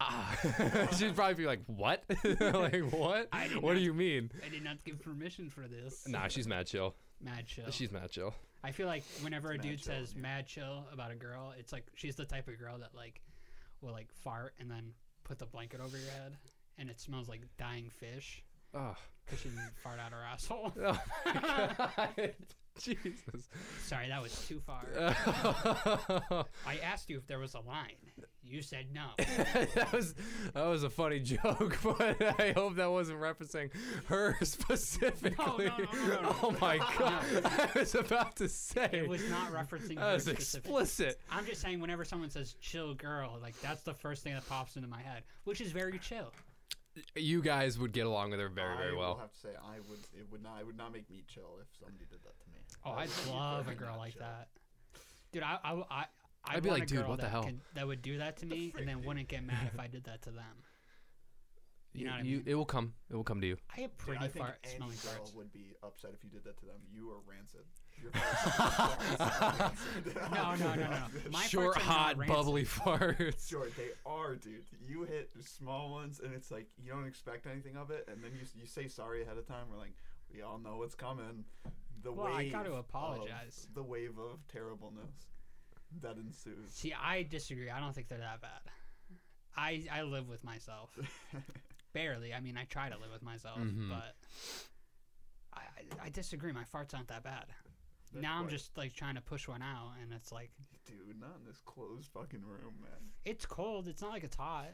[SPEAKER 2] Ah. She'd probably be like, "What? like what?
[SPEAKER 1] I did
[SPEAKER 2] What do
[SPEAKER 1] not-
[SPEAKER 2] you mean?"
[SPEAKER 1] I did not give permission for this.
[SPEAKER 2] Nah, she's mad chill.
[SPEAKER 1] Mad chill.
[SPEAKER 2] She's mad chill.
[SPEAKER 1] I feel like whenever a
[SPEAKER 3] It's mad
[SPEAKER 1] dude
[SPEAKER 3] chill in
[SPEAKER 1] says
[SPEAKER 3] here.
[SPEAKER 1] mad chill about a girl, it's like she's the type of girl that like will like fart and then put the blanket over your head and it smells like dying fish.
[SPEAKER 2] Oh,
[SPEAKER 1] because she farted out her asshole.
[SPEAKER 2] oh my God. Jesus.
[SPEAKER 1] Sorry, that was too far. I asked you if there was a line. You said no.
[SPEAKER 2] that was that was a funny joke, but I hope that wasn't referencing her specifically.
[SPEAKER 1] no, no,
[SPEAKER 2] Oh
[SPEAKER 1] no.
[SPEAKER 2] my god! I was about to say
[SPEAKER 1] It was not referencing.
[SPEAKER 2] that
[SPEAKER 1] her
[SPEAKER 2] was
[SPEAKER 1] specific-
[SPEAKER 2] explicit.
[SPEAKER 1] I'm just saying, whenever someone says "chill girl," like that's the first thing that pops into my head, which is very chill.
[SPEAKER 2] You guys would get along with her very,
[SPEAKER 3] I
[SPEAKER 2] very
[SPEAKER 3] will
[SPEAKER 2] well.
[SPEAKER 3] have to say I would. It would not. It would not make me chill if somebody did that to me.
[SPEAKER 1] Oh, I'd
[SPEAKER 3] That's
[SPEAKER 1] love a
[SPEAKER 3] very
[SPEAKER 1] girl
[SPEAKER 3] not
[SPEAKER 1] like
[SPEAKER 3] chill.
[SPEAKER 1] that, dude. I, I, I I'd,
[SPEAKER 2] I'd be
[SPEAKER 1] want
[SPEAKER 2] like,
[SPEAKER 1] a
[SPEAKER 2] "Dude,
[SPEAKER 1] girl
[SPEAKER 2] what the
[SPEAKER 1] that
[SPEAKER 2] hell?"
[SPEAKER 1] can- that would do that to me,
[SPEAKER 3] frick,
[SPEAKER 1] and then
[SPEAKER 3] dude?
[SPEAKER 1] wouldn't get mad if I did that to them. You know what I mean?
[SPEAKER 2] it will come. It will come to you.
[SPEAKER 1] I have
[SPEAKER 3] Dude,
[SPEAKER 1] pretty
[SPEAKER 3] I think
[SPEAKER 1] fart
[SPEAKER 3] any
[SPEAKER 1] smelling
[SPEAKER 3] girl
[SPEAKER 1] farts.
[SPEAKER 3] would be upset if you did that to them. You are rancid. Your farts are rancid.
[SPEAKER 1] No, no, no, no. My
[SPEAKER 2] Short,
[SPEAKER 1] farts are not
[SPEAKER 2] hot,
[SPEAKER 1] rancid.
[SPEAKER 2] bubbly farts.
[SPEAKER 3] Sure, they are, dude. You hit small ones, and it's like you don't expect anything of it, and then you you say sorry ahead of time. We're like, we all know what's coming. The
[SPEAKER 1] Well, I
[SPEAKER 3] wave.
[SPEAKER 1] gotta
[SPEAKER 3] of-
[SPEAKER 1] apologize.
[SPEAKER 3] The wave of terribleness that ensues.
[SPEAKER 1] See, I disagree. I don't think they're that bad. I I live with myself. Barely. I mean, I try to live with myself,
[SPEAKER 2] Mhm.
[SPEAKER 1] but I, I I disagree. My farts aren't that bad.
[SPEAKER 3] They're
[SPEAKER 1] now I'm
[SPEAKER 3] quite-
[SPEAKER 1] just like trying to push one out, and it's like
[SPEAKER 3] Dude, not in this closed fucking room, man.
[SPEAKER 1] it's cold. It's not like it's hot,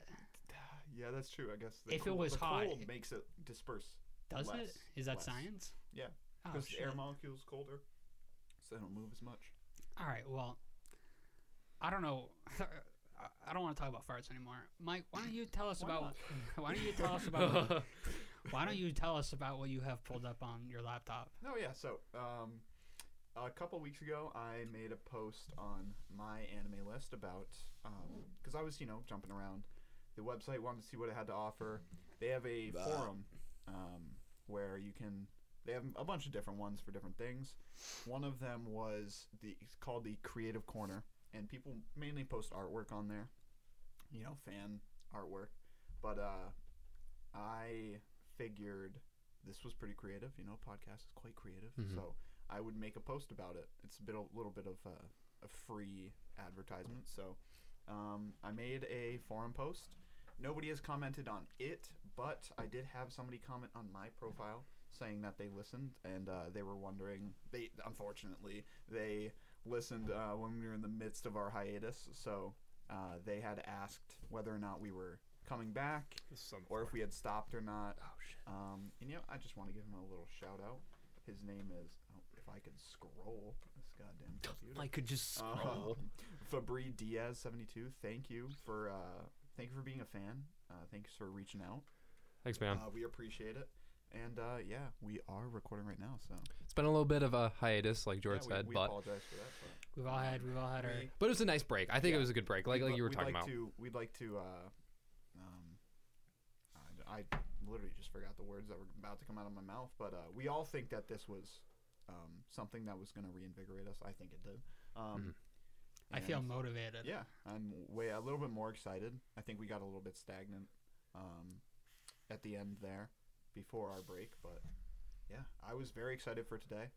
[SPEAKER 3] Yeah, that's true. I guess the
[SPEAKER 1] If it
[SPEAKER 3] cold-
[SPEAKER 1] was
[SPEAKER 3] the
[SPEAKER 1] hot,
[SPEAKER 3] cold
[SPEAKER 1] it-
[SPEAKER 3] makes it disperse
[SPEAKER 1] does it?
[SPEAKER 3] Less,
[SPEAKER 1] Is that
[SPEAKER 3] less.
[SPEAKER 1] science?
[SPEAKER 3] Yeah,
[SPEAKER 1] Oh,
[SPEAKER 3] because the
[SPEAKER 1] shit.
[SPEAKER 3] air molecules colder, so they don't move as much.
[SPEAKER 1] All right. Well, I don't know. I- I don't want to talk about farts anymore. Mike, why don't you tell us about? Why don't you tell us about?
[SPEAKER 2] Oh,
[SPEAKER 1] why don't you tell us about what you have pulled up on your laptop?
[SPEAKER 3] No, yeah. So, um, a couple weeks ago, I made a post on my anime list about because I was, you know, jumping around the website, wanted to see what it had to offer. They have a forum um, where you can. They have a bunch of different ones for different things. One of them was the it's called the Creative Corner, and people mainly post artwork on there, you know, fan artwork. But uh, I figured this was pretty creative. You know, podcast is quite creative,
[SPEAKER 2] Mhm.
[SPEAKER 3] so I would make a post about it. It's a bit a little bit of a, a free advertisement, so um, I made a forum post. Nobody has commented on it, but I did have somebody comment on my profile saying that they listened and uh, they were wondering. They unfortunately they listened uh, when we were in the midst of our hiatus, so uh, they had asked whether or not we were coming back or if we had stopped or not.
[SPEAKER 2] Oh shit.
[SPEAKER 3] Um, and you know, I just want to give him a little shout out. His name is, oh, if I could scroll this goddamn computer.
[SPEAKER 5] I could just
[SPEAKER 3] Um,
[SPEAKER 5] scroll.
[SPEAKER 3] Fabri Diaz seventy two. Thank you for uh, thank you for being a fan. Uh, thanks for reaching out.
[SPEAKER 2] Thanks, man.
[SPEAKER 3] Uh, we appreciate it. And uh, yeah, we are recording right now, so
[SPEAKER 2] It's been a little bit of a hiatus, like George
[SPEAKER 3] yeah,
[SPEAKER 2] said,
[SPEAKER 3] we, we
[SPEAKER 2] but
[SPEAKER 3] apologize for that. But
[SPEAKER 1] We've all had we've all had our
[SPEAKER 3] we-
[SPEAKER 2] but it was a nice break. I think
[SPEAKER 3] Yeah.
[SPEAKER 2] it was a good break, like
[SPEAKER 3] we'd
[SPEAKER 2] like
[SPEAKER 3] li-
[SPEAKER 2] you were
[SPEAKER 3] we'd
[SPEAKER 2] talking
[SPEAKER 3] like
[SPEAKER 2] about.
[SPEAKER 3] To, we'd like to. Uh, um, I, I literally just forgot the words that were about to come out of my mouth, but uh, we all think that this was um, something that was going to reinvigorate us. I think it did. Um,
[SPEAKER 2] Mm-hmm.
[SPEAKER 1] I feel
[SPEAKER 3] and-
[SPEAKER 1] motivated.
[SPEAKER 3] Yeah, I'm way a little bit more excited. I think we got a little bit stagnant um, at the end there before our break, but yeah, I was very excited for today.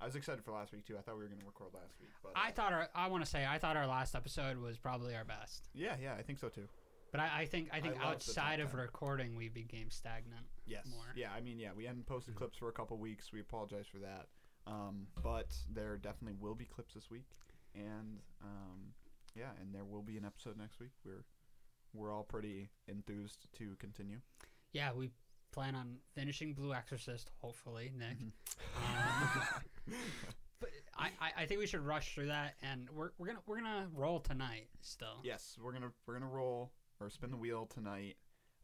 [SPEAKER 3] I was excited for last week too. I thought we were going to record last week, but
[SPEAKER 1] I
[SPEAKER 3] uh,
[SPEAKER 1] thought our I want to say I thought our last episode was probably our best,
[SPEAKER 3] yeah, yeah, I think so too.
[SPEAKER 1] but I, I think I think
[SPEAKER 3] love the
[SPEAKER 1] outside
[SPEAKER 3] top
[SPEAKER 1] of
[SPEAKER 3] ten.
[SPEAKER 1] recording we became stagnant.
[SPEAKER 3] Yes.
[SPEAKER 1] more.
[SPEAKER 3] Yeah, I mean, yeah, we hadn't posted clips for a couple weeks. We apologize for that. Um, but there definitely will be clips this week, and um, yeah, and there will be an episode next week. We're we're all pretty enthused to continue.
[SPEAKER 1] Yeah, we plan on finishing Blue Exorcist, hopefully, Nick.
[SPEAKER 3] Mm-hmm.
[SPEAKER 1] Um, but I, I, I think we should rush through that, and we're, we're gonna we're gonna roll tonight still.
[SPEAKER 3] Yes, we're gonna we're gonna roll or spin
[SPEAKER 1] Mm-hmm.
[SPEAKER 3] the wheel tonight.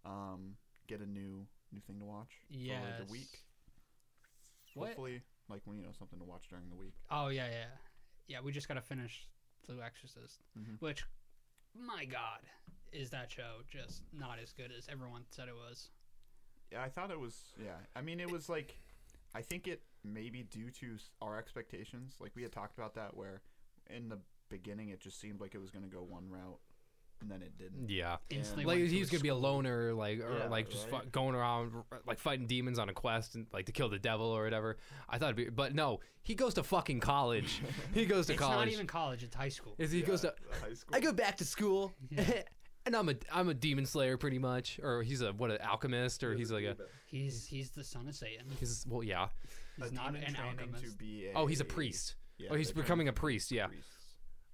[SPEAKER 3] Um, get a new new thing to watch for
[SPEAKER 1] Yes.
[SPEAKER 3] the week.
[SPEAKER 1] What?
[SPEAKER 3] Hopefully, like you know, something to watch during the week.
[SPEAKER 1] Oh yeah, yeah, yeah. We just gotta finish Blue Exorcist,
[SPEAKER 3] Mhm.
[SPEAKER 1] which, my God, is that show just not as good as everyone said it was?
[SPEAKER 3] Yeah, I thought it was. Yeah, I mean, it was like, I think it maybe due to s- our expectations. Like we had talked about that, where in the beginning it just seemed like it was going to go one route, and then it didn't.
[SPEAKER 2] Yeah.
[SPEAKER 1] Instantly,
[SPEAKER 2] like
[SPEAKER 1] went
[SPEAKER 2] he
[SPEAKER 1] to a
[SPEAKER 2] was gonna be a loner, like or
[SPEAKER 3] Yeah,
[SPEAKER 2] like just
[SPEAKER 3] right.
[SPEAKER 2] fu- going around r- like fighting demons on a quest and like to kill the devil or whatever. I thought, it'd be, but no, he goes to fucking college. he goes to
[SPEAKER 1] It's
[SPEAKER 2] college.
[SPEAKER 1] not even college; it's high school.
[SPEAKER 2] Is he goes to?
[SPEAKER 3] high school.
[SPEAKER 5] I go back to school.
[SPEAKER 2] and I'm a I'm a demon slayer pretty much, or he's a what an alchemist, or he's like a
[SPEAKER 1] He's he's the son of Satan.
[SPEAKER 2] he's well yeah.
[SPEAKER 1] He's
[SPEAKER 3] a
[SPEAKER 1] not
[SPEAKER 3] demon
[SPEAKER 1] an
[SPEAKER 3] training
[SPEAKER 1] alchemist.
[SPEAKER 3] To be a,
[SPEAKER 2] Oh, he's a priest.
[SPEAKER 3] Yeah,
[SPEAKER 2] oh, he's
[SPEAKER 3] they're training
[SPEAKER 2] becoming a
[SPEAKER 3] to be
[SPEAKER 2] priest. Yeah,
[SPEAKER 3] priests.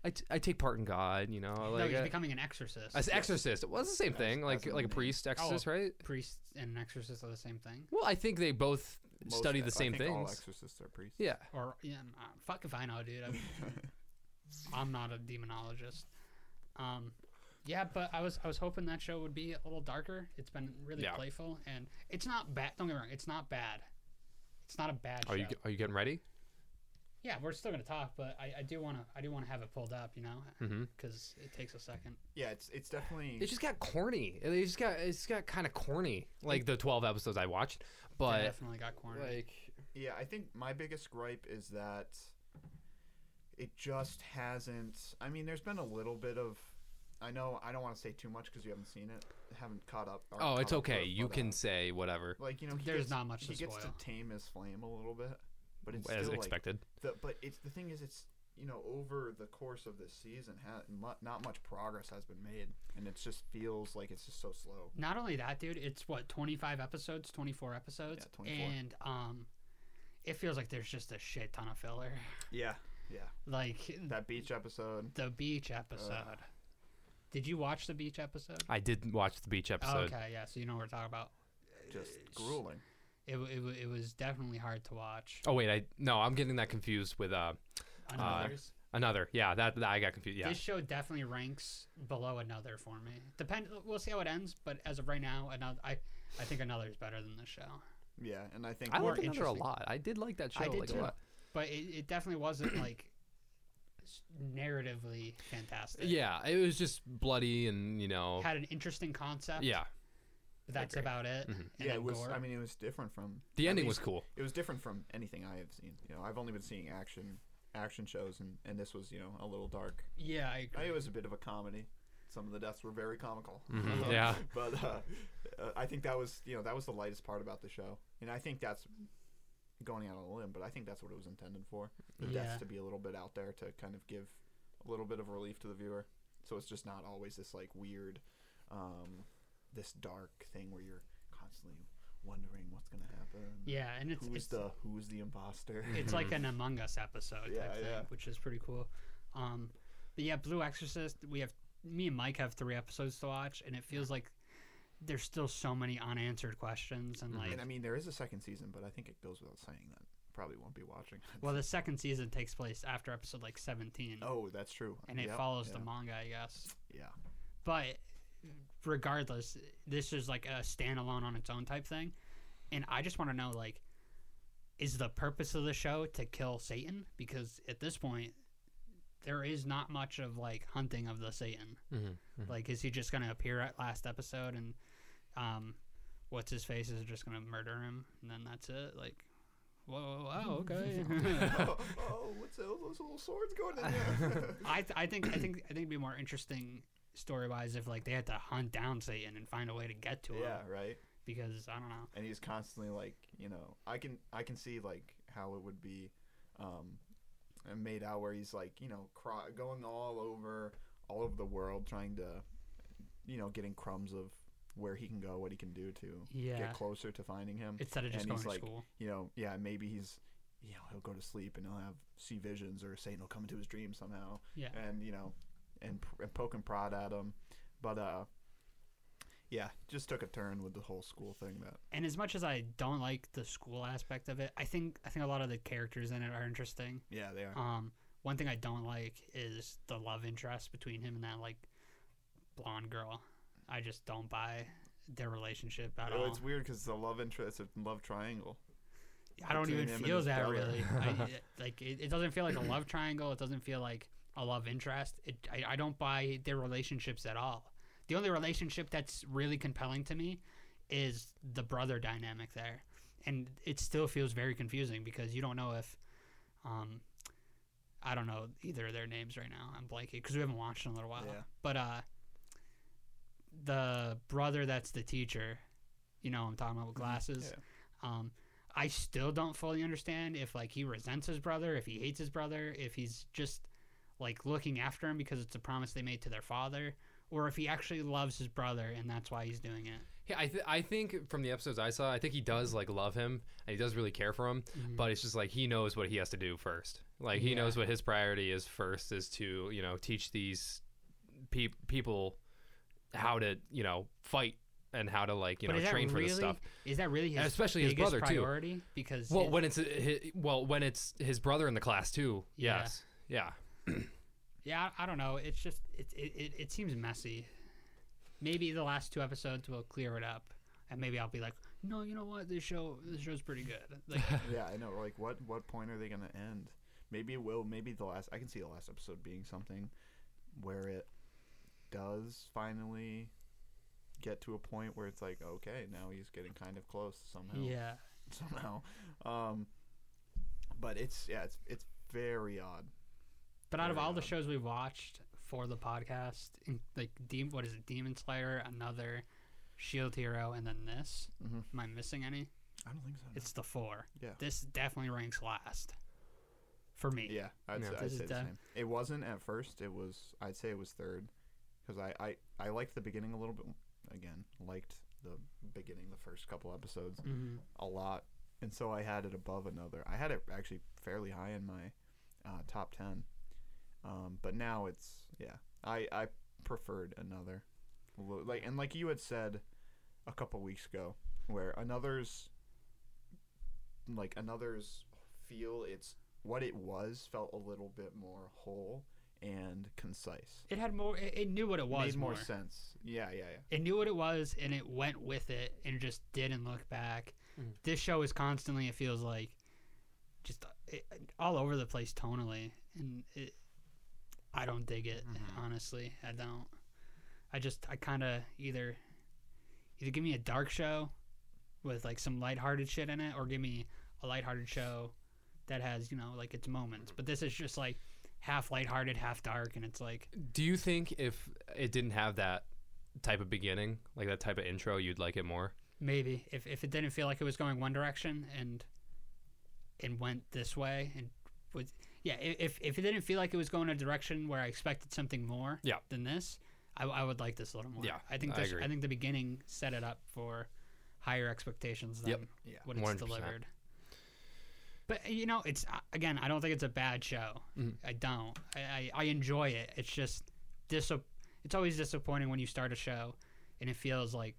[SPEAKER 2] I, t- I take part in God. You know,
[SPEAKER 1] no,
[SPEAKER 2] like
[SPEAKER 1] he's
[SPEAKER 2] uh,
[SPEAKER 1] becoming an exorcist.
[SPEAKER 2] as exorcist. Well, it's the same
[SPEAKER 6] As-
[SPEAKER 2] thing.
[SPEAKER 6] as
[SPEAKER 2] Like
[SPEAKER 6] in the
[SPEAKER 2] like a
[SPEAKER 6] name.
[SPEAKER 2] priest, exorcist, right?
[SPEAKER 1] priest and an exorcist are the same thing.
[SPEAKER 2] Well, I think they both
[SPEAKER 3] Most- e,
[SPEAKER 2] study the
[SPEAKER 3] I
[SPEAKER 2] same
[SPEAKER 3] think All
[SPEAKER 2] things.
[SPEAKER 3] exorcists are priests.
[SPEAKER 2] yeah.
[SPEAKER 1] Or yeah, um, uh, fuck if I know, dude. I'm, I'm not a demonologist. Um, yeah, but I was I was hoping that show would be a little darker. It's been really
[SPEAKER 2] Yeah.
[SPEAKER 1] playful, and it's not bad. Don't get me wrong, it's not bad. It's not a bad
[SPEAKER 2] Are
[SPEAKER 1] show.
[SPEAKER 2] you are you getting ready?
[SPEAKER 1] yeah, we're still gonna talk, but I, I do wanna I do wanna have it pulled up, you know,
[SPEAKER 2] Mm-hmm.
[SPEAKER 1] because it takes a second.
[SPEAKER 3] Yeah, it's it's definitely.
[SPEAKER 2] It just got corny. It just got it's got kind of corny. Like the twelve episodes I watched,
[SPEAKER 1] it
[SPEAKER 2] but
[SPEAKER 1] definitely got cornered.
[SPEAKER 2] like
[SPEAKER 3] Yeah, I think my biggest gripe is that it just hasn't. I mean, there's been a little bit of. I know I don't want to say too much because you haven't seen it, haven't caught up. or
[SPEAKER 2] oh, it's
[SPEAKER 3] caught up,
[SPEAKER 2] okay.
[SPEAKER 3] but-
[SPEAKER 2] You
[SPEAKER 3] but,
[SPEAKER 2] can
[SPEAKER 3] uh,
[SPEAKER 2] say whatever
[SPEAKER 3] Like you know, he
[SPEAKER 1] There's
[SPEAKER 3] gets,
[SPEAKER 1] not much to
[SPEAKER 3] He gets to
[SPEAKER 1] spoil.
[SPEAKER 3] tame his flame a little bit, but it's
[SPEAKER 2] as
[SPEAKER 3] still
[SPEAKER 2] expected.
[SPEAKER 3] Like, the, but it's the thing is, it's you know over the course of this season, ha- mu- not much progress has been made, and it just feels like it's just so slow.
[SPEAKER 1] Not only that, dude, it's what 25 episodes, 24 episodes,
[SPEAKER 3] Yeah, 24.
[SPEAKER 1] and um, it feels like there's just a shit ton of filler.
[SPEAKER 3] Yeah, yeah.
[SPEAKER 1] like
[SPEAKER 3] That beach episode.
[SPEAKER 1] the beach episode. Did you watch the beach episode?
[SPEAKER 2] I did watch the beach
[SPEAKER 1] Oh,
[SPEAKER 2] episode.
[SPEAKER 1] okay, yeah. So you know what we're talking about.
[SPEAKER 3] Just grueling.
[SPEAKER 1] It, w- it, w- it was definitely hard to watch.
[SPEAKER 2] Oh wait, I no, I'm getting that confused with uh
[SPEAKER 1] Another's.
[SPEAKER 2] another. Yeah, that, that I got confused. Yeah,
[SPEAKER 1] This show definitely ranks below another for me. Depend. We'll see how it ends, but as of right now, another. I I think another is better than this show.
[SPEAKER 3] Yeah, and I think
[SPEAKER 2] I
[SPEAKER 3] more
[SPEAKER 2] liked another a
[SPEAKER 3] interesting-
[SPEAKER 2] lot. I did like that show
[SPEAKER 1] I did
[SPEAKER 2] like a
[SPEAKER 1] too.
[SPEAKER 2] lot.
[SPEAKER 1] But it, it definitely wasn't like s- narratively fantastic.
[SPEAKER 2] Yeah, it was just bloody and you know.
[SPEAKER 1] Had an interesting concept.
[SPEAKER 2] Yeah,
[SPEAKER 1] But that's
[SPEAKER 3] agree.
[SPEAKER 1] about it.
[SPEAKER 2] Mhm.
[SPEAKER 1] And
[SPEAKER 3] Yeah,
[SPEAKER 1] then
[SPEAKER 3] it was.
[SPEAKER 1] gore.
[SPEAKER 3] I mean, it was different from
[SPEAKER 2] the
[SPEAKER 3] at
[SPEAKER 2] ending was
[SPEAKER 3] least-
[SPEAKER 2] cool.
[SPEAKER 3] It was different from anything I have seen. You know, I've only been seeing action action shows, and and this was you know a little dark.
[SPEAKER 1] yeah, I
[SPEAKER 3] I
[SPEAKER 1] agree.
[SPEAKER 3] mean, it was a bit of a comedy. Some of the deaths were very comical.
[SPEAKER 2] Mhm, yeah.
[SPEAKER 3] but uh, uh, I think that was you know that was the lightest part about the show, and I think that's going out on a limb, but I think that's what it was intended for. The
[SPEAKER 1] Yeah.
[SPEAKER 3] deaths to be a little bit out there to kind of give a little bit of relief to the viewer. So it's just not always this like weird, um, this dark thing where you're constantly wondering what's gonna happen.
[SPEAKER 1] Yeah, and it's
[SPEAKER 3] Who's
[SPEAKER 1] it's,
[SPEAKER 3] the who's the imposter?
[SPEAKER 1] it's like an Among Us episode
[SPEAKER 3] Mm-hmm. Yeah,
[SPEAKER 1] type thing,
[SPEAKER 3] yeah.
[SPEAKER 1] which is pretty cool. Um, but yeah, Blue Exorcist. We have me and Mike have three episodes to watch, and it feels like there's still so many unanswered questions. And like,
[SPEAKER 3] Mm-hmm. and I mean, there is a second season, but I think it goes without saying that probably won't be watching. it.
[SPEAKER 1] well, the second season takes place after episode like 17,
[SPEAKER 3] oh, that's true.
[SPEAKER 1] and it
[SPEAKER 3] Yep,
[SPEAKER 1] follows
[SPEAKER 3] yeah,
[SPEAKER 1] the manga, I guess.
[SPEAKER 3] Yeah.
[SPEAKER 1] But regardless, this is like a standalone on its own type thing, and I just want to know like. Is the purpose of the show to kill Satan? Because at this point, there is not much of like hunting of the Satan.
[SPEAKER 2] Mm-hmm.
[SPEAKER 1] Like, is he just gonna appear at last episode and, um, what's his face is just gonna murder him and then that's it? Like, whoa, whoa, whoa okay.
[SPEAKER 3] oh, oh, what's those, those little swords going in there?
[SPEAKER 1] I, th- I think I think I think it'd be more interesting story wise if like they had to hunt down Satan and find a way to get to him.
[SPEAKER 3] yeah, right.
[SPEAKER 1] Because I don't know.
[SPEAKER 3] And he's constantly like, you know, I can I can see like how it would be, um, made out where he's like, you know, cro- going all over all over the world trying to, you know, getting crumbs of where he can go, what he can do to
[SPEAKER 1] Yeah.
[SPEAKER 3] get closer to finding him.
[SPEAKER 1] Instead of just
[SPEAKER 3] and
[SPEAKER 1] going
[SPEAKER 3] he's
[SPEAKER 1] to
[SPEAKER 3] like,
[SPEAKER 1] school.
[SPEAKER 3] you know, yeah, maybe he's, you know, he'll go to sleep and he'll have see visions or Satan will come into his dream somehow.
[SPEAKER 1] Yeah.
[SPEAKER 3] And you know, and, pr- and poke and prod at him, but uh, yeah, just took a turn with the whole school thing. That
[SPEAKER 1] And as much as I don't like the school aspect of it, I think I think a lot of the characters in it are interesting.
[SPEAKER 3] yeah, they are.
[SPEAKER 1] Um, one thing I don't like is the love interest between him and that like blonde girl. I just don't buy their relationship at
[SPEAKER 3] Oh,
[SPEAKER 1] all.
[SPEAKER 3] it's weird because the love interest, it's a love triangle.
[SPEAKER 1] I don't
[SPEAKER 3] between
[SPEAKER 1] even
[SPEAKER 3] him and
[SPEAKER 1] feel
[SPEAKER 3] his
[SPEAKER 1] that
[SPEAKER 3] barrier.
[SPEAKER 1] really. I, it- like it, it doesn't feel like a love triangle. It doesn't feel like a love interest. It, I, I don't buy their relationships at all. The only relationship that's really compelling to me is the brother dynamic there, and it still feels very confusing because you don't know if, um, I don't know either of their names right now. I'm blanking because we haven't watched in a little while.
[SPEAKER 3] Yeah.
[SPEAKER 1] But uh, the brother that's the teacher, you know, what I'm talking about with glasses.
[SPEAKER 3] Mm-hmm. yeah.
[SPEAKER 1] Um, I still don't fully understand if like he resents his brother, if he hates his brother, if he's just like looking after him because it's a promise they made to their father, or if he actually loves his brother and that's why he's doing it.
[SPEAKER 2] Yeah, I, th- I think from the episodes I saw, I think he does like love him and he does really care for him,
[SPEAKER 1] Mm-hmm.
[SPEAKER 2] but it's just like he knows what he has to do first. Like he
[SPEAKER 1] Yeah.
[SPEAKER 2] knows what his priority is first is to, you know, teach these pe- people how to, you know, fight and how to like, you
[SPEAKER 1] but
[SPEAKER 2] know,
[SPEAKER 1] is
[SPEAKER 2] train
[SPEAKER 1] that
[SPEAKER 2] for
[SPEAKER 1] really,
[SPEAKER 2] this stuff.
[SPEAKER 1] Is that really his
[SPEAKER 2] Especially his
[SPEAKER 1] biggest
[SPEAKER 2] brother, too.
[SPEAKER 1] priority? Because
[SPEAKER 2] Well,
[SPEAKER 1] it-
[SPEAKER 2] when it's hi well, when it's his brother in the class too.
[SPEAKER 1] Yeah.
[SPEAKER 2] Yes. Yeah.
[SPEAKER 1] yeah, I don't know. It's just it it, it it seems messy. Maybe the last two episodes will clear it up, and maybe I'll be like, no, you know what, this show this show's pretty good. Like,
[SPEAKER 3] yeah, I know. Like, what what point are they gonna end? Maybe it will. Maybe the last. I can see the last episode being something where it does finally get to a point where it's like, okay, now he's getting kind of close somehow.
[SPEAKER 1] yeah,
[SPEAKER 3] Somehow. Um, but it's yeah, it's it's very odd.
[SPEAKER 1] But out of
[SPEAKER 3] Very
[SPEAKER 1] all the
[SPEAKER 3] odd.
[SPEAKER 1] shows we watched for the podcast, in- like Dem- what is it, Demon Slayer, another Shield E Hero, and then this.
[SPEAKER 3] Mhm.
[SPEAKER 1] Am I missing any?
[SPEAKER 3] I don't think so.
[SPEAKER 1] It's the four.
[SPEAKER 3] Yeah.
[SPEAKER 1] This definitely ranks last for me.
[SPEAKER 3] Yeah, I'd,
[SPEAKER 2] Yeah.
[SPEAKER 3] say, I'd
[SPEAKER 1] This is
[SPEAKER 3] say the
[SPEAKER 1] done.
[SPEAKER 3] same. It wasn't at first. It was. I'd say it was third, because I, I I liked the beginning a little bit. Again, liked the beginning, the first couple episodes
[SPEAKER 1] hmm
[SPEAKER 3] a lot, and so I had it above another. I had it actually fairly high in my uh, top ten, um, but now it's yeah. I I preferred another, Lo- like and like you had said a couple weeks ago, where another's like another's feel it's what it was felt a little bit more whole and concise.
[SPEAKER 1] It had more. It, it knew what it was
[SPEAKER 3] Made more,
[SPEAKER 1] more.
[SPEAKER 3] sense. Yeah, yeah, yeah.
[SPEAKER 1] It knew what it was, and it went with it, and just didn't look back.
[SPEAKER 3] Mm-hmm.
[SPEAKER 2] Mhm.
[SPEAKER 1] This show is constantly. It feels like just uh, it, all over the place tonally, and it. I don't dig it.
[SPEAKER 3] Mm-hmm.
[SPEAKER 1] Honestly, I don't. I just I kind of either either give me a dark show with like some lighthearted shit in it, or give me a lighthearted show that has you know like its moments.
[SPEAKER 3] Mm-hmm.
[SPEAKER 1] But this is just like half lighthearted, half dark, and it's like
[SPEAKER 2] Do you think if it didn't have that type of beginning, like that type of intro, you'd like it more?
[SPEAKER 1] Maybe if, if it didn't feel like it was going one direction and and went this way and was yeah i- if if it didn't feel like it was going a direction where I expected something more
[SPEAKER 2] Yeah.
[SPEAKER 1] than this I, I would like this a little more
[SPEAKER 2] Yeah,
[SPEAKER 1] I think
[SPEAKER 2] I
[SPEAKER 1] this, I,
[SPEAKER 2] agree.
[SPEAKER 1] think the beginning set it up for higher expectations than
[SPEAKER 2] Yep.
[SPEAKER 3] Yeah.
[SPEAKER 1] what it's
[SPEAKER 2] 100%.
[SPEAKER 1] delivered but you know it's uh, again I don't think it's a bad show
[SPEAKER 2] Mhm.
[SPEAKER 1] I don't I, I, I enjoy it it's just disapp- it's always disappointing when you start a show and it feels like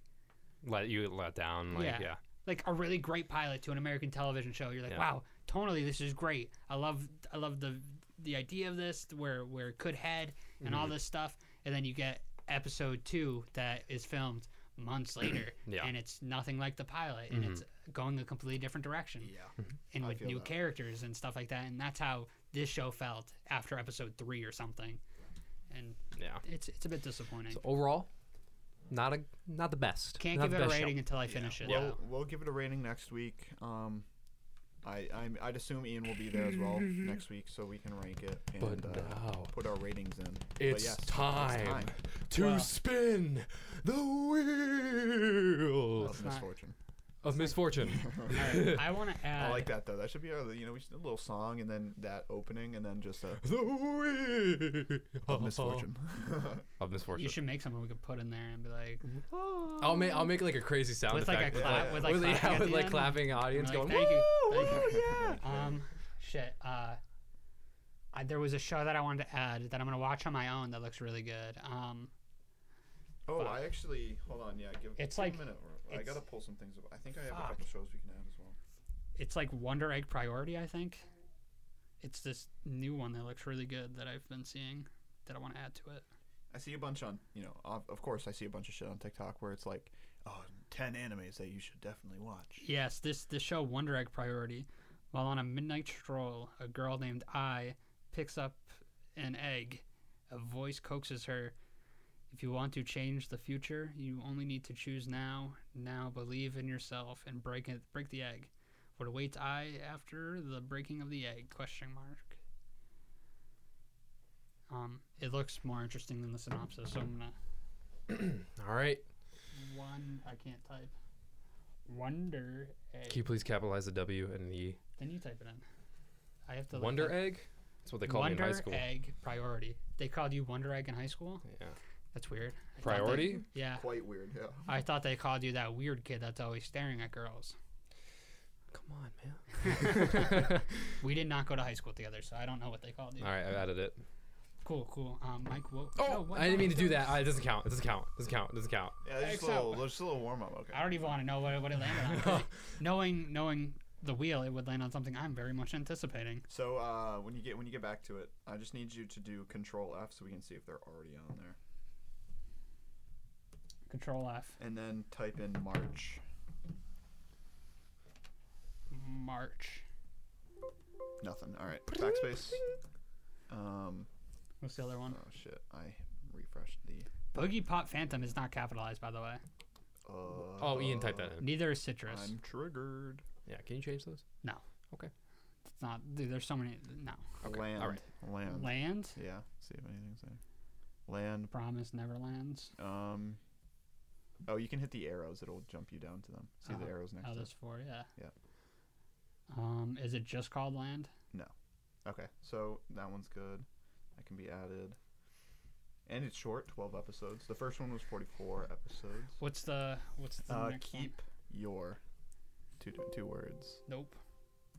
[SPEAKER 2] Let you let down, like
[SPEAKER 1] Yeah.
[SPEAKER 2] yeah.
[SPEAKER 1] like a really great pilot to an American television show. You're like,
[SPEAKER 2] Yeah.
[SPEAKER 1] wow, tonally this is great. I love I love the the idea of this where where it could head and
[SPEAKER 2] Mm-hmm.
[SPEAKER 1] all this stuff. And then you get episode two that is filmed months later,
[SPEAKER 2] Yeah. Mm-hmm.
[SPEAKER 1] and it's nothing like the pilot, and it's going a completely different direction,
[SPEAKER 3] Yeah.
[SPEAKER 1] and
[SPEAKER 3] I
[SPEAKER 1] with
[SPEAKER 3] feel
[SPEAKER 1] new
[SPEAKER 3] that.
[SPEAKER 1] characters and stuff like that. And that's how this show felt after episode three or something. And
[SPEAKER 2] Yeah.
[SPEAKER 1] it's it's a bit disappointing.
[SPEAKER 2] So overall, not a not the best.
[SPEAKER 1] Can't
[SPEAKER 2] Not
[SPEAKER 1] give
[SPEAKER 2] the
[SPEAKER 1] it a
[SPEAKER 2] best show.
[SPEAKER 1] rating until I finish it.
[SPEAKER 3] We'll, we'll give it a rating next week. Um, I, I'm, I'd assume Ian will be there as well next week, so we can rank it and
[SPEAKER 2] But
[SPEAKER 3] uh,
[SPEAKER 2] now
[SPEAKER 3] put our ratings in. But
[SPEAKER 2] It's
[SPEAKER 3] yes,
[SPEAKER 2] time
[SPEAKER 3] It's time.
[SPEAKER 2] to
[SPEAKER 1] Well-
[SPEAKER 2] spin the wheel
[SPEAKER 3] Of
[SPEAKER 1] not-
[SPEAKER 3] misfortune.
[SPEAKER 2] of misfortune.
[SPEAKER 1] All right, I want to add.
[SPEAKER 3] I like that though. That should be our, you know, we should do a little song and then that opening and then just a
[SPEAKER 2] the wheel
[SPEAKER 3] of misfortune.
[SPEAKER 2] Of misfortune.
[SPEAKER 1] You should make something we could put in there and be like,
[SPEAKER 2] I'll make I'll make like a crazy sound
[SPEAKER 1] With, like,
[SPEAKER 2] effect
[SPEAKER 1] a clap- with, like,
[SPEAKER 2] yeah,
[SPEAKER 1] clapping at
[SPEAKER 2] Mm-hmm. with,
[SPEAKER 1] the
[SPEAKER 2] like
[SPEAKER 1] end.
[SPEAKER 2] clapping audience
[SPEAKER 1] Like,
[SPEAKER 2] going
[SPEAKER 1] thank you,
[SPEAKER 2] "Woo,
[SPEAKER 1] thank
[SPEAKER 2] woo, yeah.
[SPEAKER 1] um, shit. Uh, I, there was a show that I wanted to add that I'm gonna watch on my own that looks really good. Um,
[SPEAKER 3] oh, I actually hold on. Yeah, give,
[SPEAKER 1] It's
[SPEAKER 3] give
[SPEAKER 1] like-
[SPEAKER 3] a minute. I
[SPEAKER 1] it's-
[SPEAKER 3] gotta pull some things. Up. I think I have
[SPEAKER 1] Fuck.
[SPEAKER 3] a couple shows we can add as well.
[SPEAKER 1] it's like Wonder Egg Priority, I think. It's this new one that looks really good that I've been seeing that I want to add to it.
[SPEAKER 3] I see a bunch on, you know, of, of course I see a bunch of shit on TikTok where it's like, oh, 10 animes that you should definitely watch.
[SPEAKER 1] Yes, this this show Wonder Egg Priority. While on a midnight stroll, a girl named I picks up an egg. A voice coaxes her, "If you want to change the future, you only need to choose now. Now believe in yourself and break it. Break the egg. What awaits I after the breaking of the egg?" Question mark. Um, it looks more interesting than the synopsis, so I'm gonna
[SPEAKER 2] All right.
[SPEAKER 1] one. I can't type. Wonder egg.
[SPEAKER 2] Can you please capitalize the W and the E?
[SPEAKER 1] Then you type it in. I have to. look
[SPEAKER 2] Wonder
[SPEAKER 1] up-
[SPEAKER 2] egg? That's what they called me in high
[SPEAKER 1] Wonder
[SPEAKER 2] school.
[SPEAKER 1] Egg priority. They called you Wonder Egg in high school.
[SPEAKER 2] Yeah.
[SPEAKER 1] That's weird. I thought they-
[SPEAKER 2] Priority?
[SPEAKER 1] yeah.
[SPEAKER 3] Quite weird. Yeah.
[SPEAKER 1] I thought they called you that weird kid that's always staring at girls.
[SPEAKER 7] Come on, man.
[SPEAKER 1] We did not go to high school together, so I don't know what they called you.
[SPEAKER 2] All right, I've added it.
[SPEAKER 1] Cool, cool. Um, Mike, what? no,
[SPEAKER 2] Oh,
[SPEAKER 1] what
[SPEAKER 2] I didn't mean
[SPEAKER 1] the
[SPEAKER 2] to do that. Uh, it doesn't count. It doesn't count. It doesn't count. It doesn't count.
[SPEAKER 3] Yeah, there's just a
[SPEAKER 1] Except-
[SPEAKER 3] little, there's just a little warm up. Okay.
[SPEAKER 1] I don't even want to know what, it- what it landed on. knowing, knowing the wheel, it would land on something I'm very much anticipating.
[SPEAKER 3] So uh, when you get when you get back to it, I just need you to do Control F so we can see if they're already on there,
[SPEAKER 1] Control F.
[SPEAKER 3] and then type in March.
[SPEAKER 1] March.
[SPEAKER 3] Nothing. All right. Backspace. Um.
[SPEAKER 1] What's the other one?
[SPEAKER 3] Oh shit. I refreshed the.
[SPEAKER 1] Boogie Pop Phantom is not capitalized, by the way.
[SPEAKER 3] Uh,
[SPEAKER 2] Oh, Ian, type that in.
[SPEAKER 1] Neither is Citrus.
[SPEAKER 3] I'm triggered.
[SPEAKER 2] Yeah, can you change those?
[SPEAKER 1] No.
[SPEAKER 2] Okay.
[SPEAKER 1] It's not. Dude, there's so many. No.
[SPEAKER 2] Okay,
[SPEAKER 3] Land.
[SPEAKER 2] all right.
[SPEAKER 3] Land.
[SPEAKER 1] Land.
[SPEAKER 3] Yeah. See if anything's there. Land.
[SPEAKER 1] Promise never lands.
[SPEAKER 3] Um. Oh, you can hit the arrows. It'll jump you down to them. See
[SPEAKER 1] Uh-huh.
[SPEAKER 3] the arrows next
[SPEAKER 1] Oh,
[SPEAKER 3] to it.
[SPEAKER 1] there's four. Yeah.
[SPEAKER 3] Yep.
[SPEAKER 1] Um, is it just called land?
[SPEAKER 3] Okay, so that one's good. That can be added. And it's short, 12 episodes. The first one was 44 episodes.
[SPEAKER 1] What's the What's the
[SPEAKER 3] Uh,
[SPEAKER 1] next one?
[SPEAKER 3] keep your two two words.
[SPEAKER 1] Nope.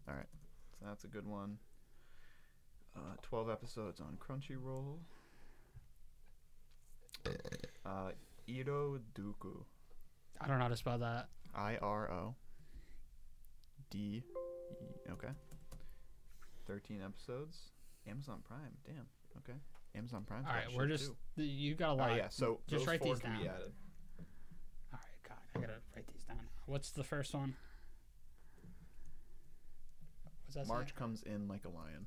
[SPEAKER 3] So that's a good one. Uh, 12 episodes on Crunchyroll. Uh, Iro Duku.
[SPEAKER 1] I don't know how to spell that.
[SPEAKER 3] I R O D. E- Okay. 13 episodes. Amazon Prime. Damn. Okay. Amazon Prime.
[SPEAKER 1] All right, we're just th- you got a
[SPEAKER 3] Oh
[SPEAKER 1] lot.
[SPEAKER 3] yeah. So
[SPEAKER 1] just
[SPEAKER 3] those
[SPEAKER 1] write
[SPEAKER 3] four
[SPEAKER 1] these
[SPEAKER 3] can Be
[SPEAKER 1] down.
[SPEAKER 3] added.
[SPEAKER 1] All right, God, I gotta write these down. What's the first one? What's that say?
[SPEAKER 3] March comes in like a lion.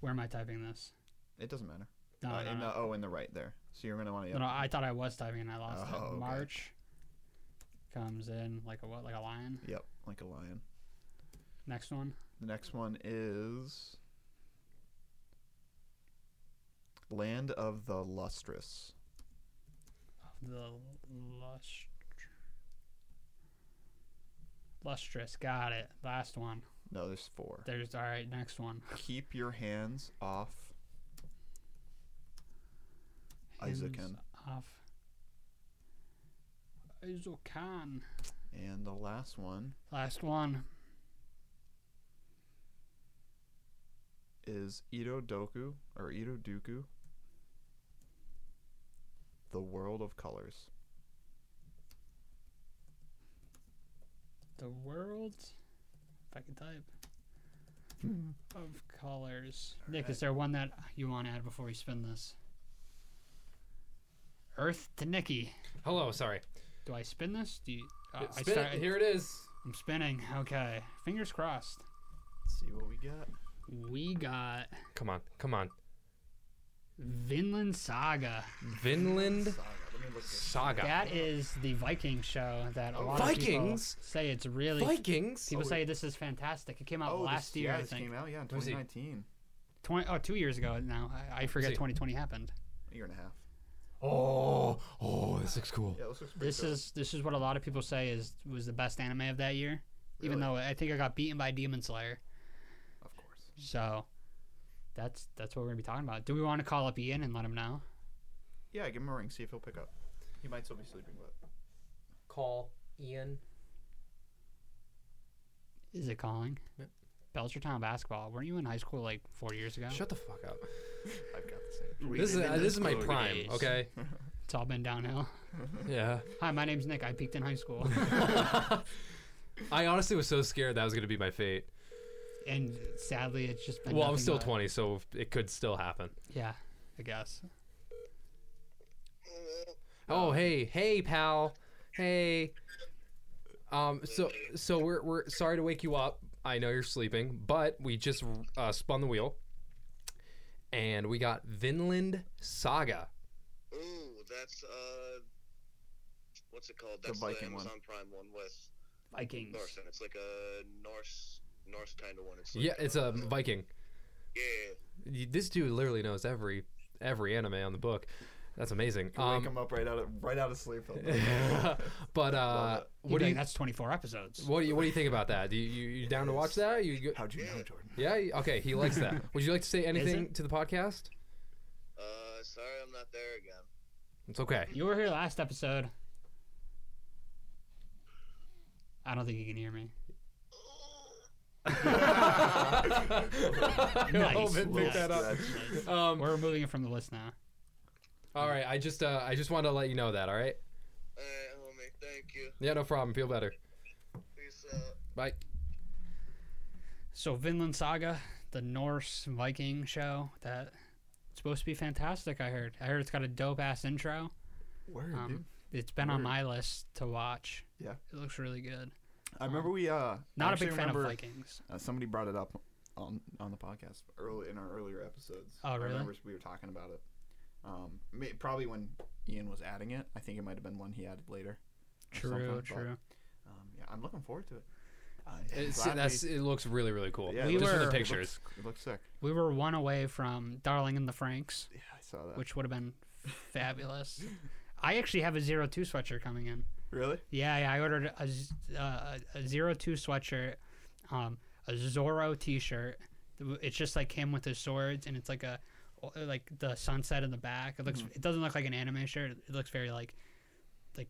[SPEAKER 1] Where am I typing this?
[SPEAKER 3] It doesn't matter.
[SPEAKER 1] No,
[SPEAKER 3] uh,
[SPEAKER 1] no,
[SPEAKER 3] in
[SPEAKER 1] no.
[SPEAKER 3] The, oh, in the right there. So you're gonna want to.
[SPEAKER 1] No, no, I thought I was typing and I lost
[SPEAKER 3] Oh, okay.
[SPEAKER 1] it. March comes in like a what? Like a lion.
[SPEAKER 3] Yep. Like a lion.
[SPEAKER 1] Next one.
[SPEAKER 3] The next one is Land of the Lustrous.
[SPEAKER 1] The lust. Lustrous. Got it. Last one.
[SPEAKER 3] No, there's four.
[SPEAKER 1] There's all right. Next one.
[SPEAKER 3] Keep your hands off Isaacan.
[SPEAKER 1] Hands Off. Isaacan.
[SPEAKER 3] And the last one
[SPEAKER 1] Last one.
[SPEAKER 3] is Ito Doku or Ito Duku. The World of Colors.
[SPEAKER 1] The world, if I can type, of colors. Nick, is there one that you want to add before we spin this? Earth to Nikki.
[SPEAKER 2] Hello, sorry.
[SPEAKER 1] Do I spin this? Do you? uh,
[SPEAKER 2] Spin
[SPEAKER 1] I
[SPEAKER 2] it.
[SPEAKER 1] start,
[SPEAKER 2] Here it is.
[SPEAKER 1] I'm spinning. Okay. Fingers crossed.
[SPEAKER 3] Let's see what we got.
[SPEAKER 1] We got
[SPEAKER 2] Come on, come on.
[SPEAKER 1] Vinland Saga.
[SPEAKER 2] Vinland
[SPEAKER 3] Saga. Let me look this.
[SPEAKER 2] Saga.
[SPEAKER 1] That is the Viking show that a lot
[SPEAKER 2] Vikings?
[SPEAKER 1] of people say it's really.
[SPEAKER 2] Vikings.
[SPEAKER 1] People
[SPEAKER 3] Oh,
[SPEAKER 1] say this is fantastic. It came out
[SPEAKER 3] this-
[SPEAKER 1] last year,
[SPEAKER 3] yeah,
[SPEAKER 1] I
[SPEAKER 3] this
[SPEAKER 1] think.
[SPEAKER 3] came out, yeah, in
[SPEAKER 2] Let's see.
[SPEAKER 3] 2019.
[SPEAKER 1] 20, oh, two years ago now. I, I forget
[SPEAKER 2] see.
[SPEAKER 1] 2020 happened.
[SPEAKER 3] A year and a half.
[SPEAKER 2] Oh, oh, this looks cool.
[SPEAKER 3] Yeah, this looks pretty
[SPEAKER 1] This
[SPEAKER 3] cool.
[SPEAKER 1] is this is what a lot of people say is was the best anime of that year, even though I think I got beaten by Demon Slayer.
[SPEAKER 3] Of course.
[SPEAKER 1] So that's that's what we're gonna be talking about. Do we want to call up Ian and let him know?
[SPEAKER 3] Yeah, give him a ring. See if he'll pick up. He might still be sleeping, but
[SPEAKER 2] Call Ian.
[SPEAKER 1] Is it calling?
[SPEAKER 2] Yep.
[SPEAKER 1] Belchertown basketball. Weren't you in high school like four years ago?
[SPEAKER 2] Shut the fuck up.
[SPEAKER 3] I've got the same.
[SPEAKER 2] This is uh, this is my
[SPEAKER 1] Cody
[SPEAKER 2] prime.
[SPEAKER 1] days.
[SPEAKER 2] Okay.
[SPEAKER 1] It's all been downhill.
[SPEAKER 2] Yeah.
[SPEAKER 1] Hi, my name's Nick. I peaked in high school,
[SPEAKER 2] I honestly was so scared that was gonna be my fate.
[SPEAKER 1] and sadly, it's just been.
[SPEAKER 2] Well, I'm
[SPEAKER 1] nothing
[SPEAKER 2] still
[SPEAKER 1] but-
[SPEAKER 2] 20, so it could still happen.
[SPEAKER 1] Yeah, I guess.
[SPEAKER 2] Oh,
[SPEAKER 3] Um,
[SPEAKER 2] hey, hey, pal. Hey. Um. So, so we're we're sorry to wake you up. I know you're sleeping, but we just uh, spun the wheel, and we got Vinland Saga.
[SPEAKER 8] Ooh, that's uh, what's it called?
[SPEAKER 3] The
[SPEAKER 8] That's
[SPEAKER 3] Viking one.
[SPEAKER 8] Amazon Prime one with
[SPEAKER 1] Vikings.
[SPEAKER 8] Norse, and it's like a Norse Norse kind of one. It's like,
[SPEAKER 2] Yeah, it's
[SPEAKER 8] uh,
[SPEAKER 2] a Viking.
[SPEAKER 8] yeah, yeah,
[SPEAKER 2] Y- This dude literally knows every every anime on the book. That's amazing.
[SPEAKER 3] wake
[SPEAKER 2] Um,
[SPEAKER 3] him up right out of right out of sleep.
[SPEAKER 2] but
[SPEAKER 3] Love
[SPEAKER 2] uh,
[SPEAKER 3] it.
[SPEAKER 1] What
[SPEAKER 2] what do you
[SPEAKER 1] That's 24 episodes.
[SPEAKER 2] what do you what do you think about that? Do you you, you down to watch that? You go-
[SPEAKER 3] How'd you
[SPEAKER 8] know,
[SPEAKER 3] Jordan?
[SPEAKER 2] yeah. you- Okay, he likes that. Would you like to say anything to the podcast?
[SPEAKER 8] Uh, Sorry, I'm not there again.
[SPEAKER 2] It's okay.
[SPEAKER 1] You were here last episode. I don't think you can hear me.
[SPEAKER 2] I
[SPEAKER 1] Nice.
[SPEAKER 2] hope it picked
[SPEAKER 1] Nice.
[SPEAKER 2] that up.
[SPEAKER 1] Nice.
[SPEAKER 2] Um,
[SPEAKER 1] We're removing it from the list now.
[SPEAKER 2] all right, I just uh, I just wanted to let you know that. All right.
[SPEAKER 8] All right, homie. Thank you.
[SPEAKER 2] Yeah, no problem. Feel better.
[SPEAKER 8] Peace out.
[SPEAKER 2] Bye.
[SPEAKER 1] So Vinland Saga, the Norse Viking show that it's supposed to be fantastic. I heard. I heard it's got a dope ass intro.
[SPEAKER 3] Word, dude.
[SPEAKER 1] Um, it's been on
[SPEAKER 3] Word.
[SPEAKER 1] my list to watch.
[SPEAKER 3] Yeah.
[SPEAKER 1] it looks really good.
[SPEAKER 3] I remember we uh
[SPEAKER 1] Not a
[SPEAKER 3] actually
[SPEAKER 1] big fan of
[SPEAKER 3] remember,
[SPEAKER 1] Vikings.
[SPEAKER 3] Uh, somebody brought it up on on the podcast early in our earlier episodes.
[SPEAKER 1] Oh, really?
[SPEAKER 3] I remember we were talking about it. Um, may- probably when Ian was adding it. I think it might have been one he added later. or
[SPEAKER 1] True,
[SPEAKER 3] something,
[SPEAKER 1] true.
[SPEAKER 3] But, um, yeah, I'm looking forward to it. I'm
[SPEAKER 2] It's,
[SPEAKER 3] glad
[SPEAKER 2] that's
[SPEAKER 3] we-
[SPEAKER 2] it looks really really cool.
[SPEAKER 3] yeah,
[SPEAKER 1] We
[SPEAKER 2] just
[SPEAKER 3] it
[SPEAKER 2] from
[SPEAKER 1] were-
[SPEAKER 2] the
[SPEAKER 3] looks-
[SPEAKER 2] pictures.
[SPEAKER 3] It looks, it looks sick.
[SPEAKER 1] We were one away from Darling in the Franks,
[SPEAKER 3] Yeah, I saw that.
[SPEAKER 1] which would have been fabulous. I actually have a zero two sweatshirt coming in.
[SPEAKER 3] really?
[SPEAKER 1] Yeah, yeah. I ordered a z- uh, a- a zero two sweatshirt, um, a Zorro T-shirt. W- It's just like him with his swords, and it's like a o- like the sunset in the back. It looks. It doesn't look like an anime shirt. It looks very like like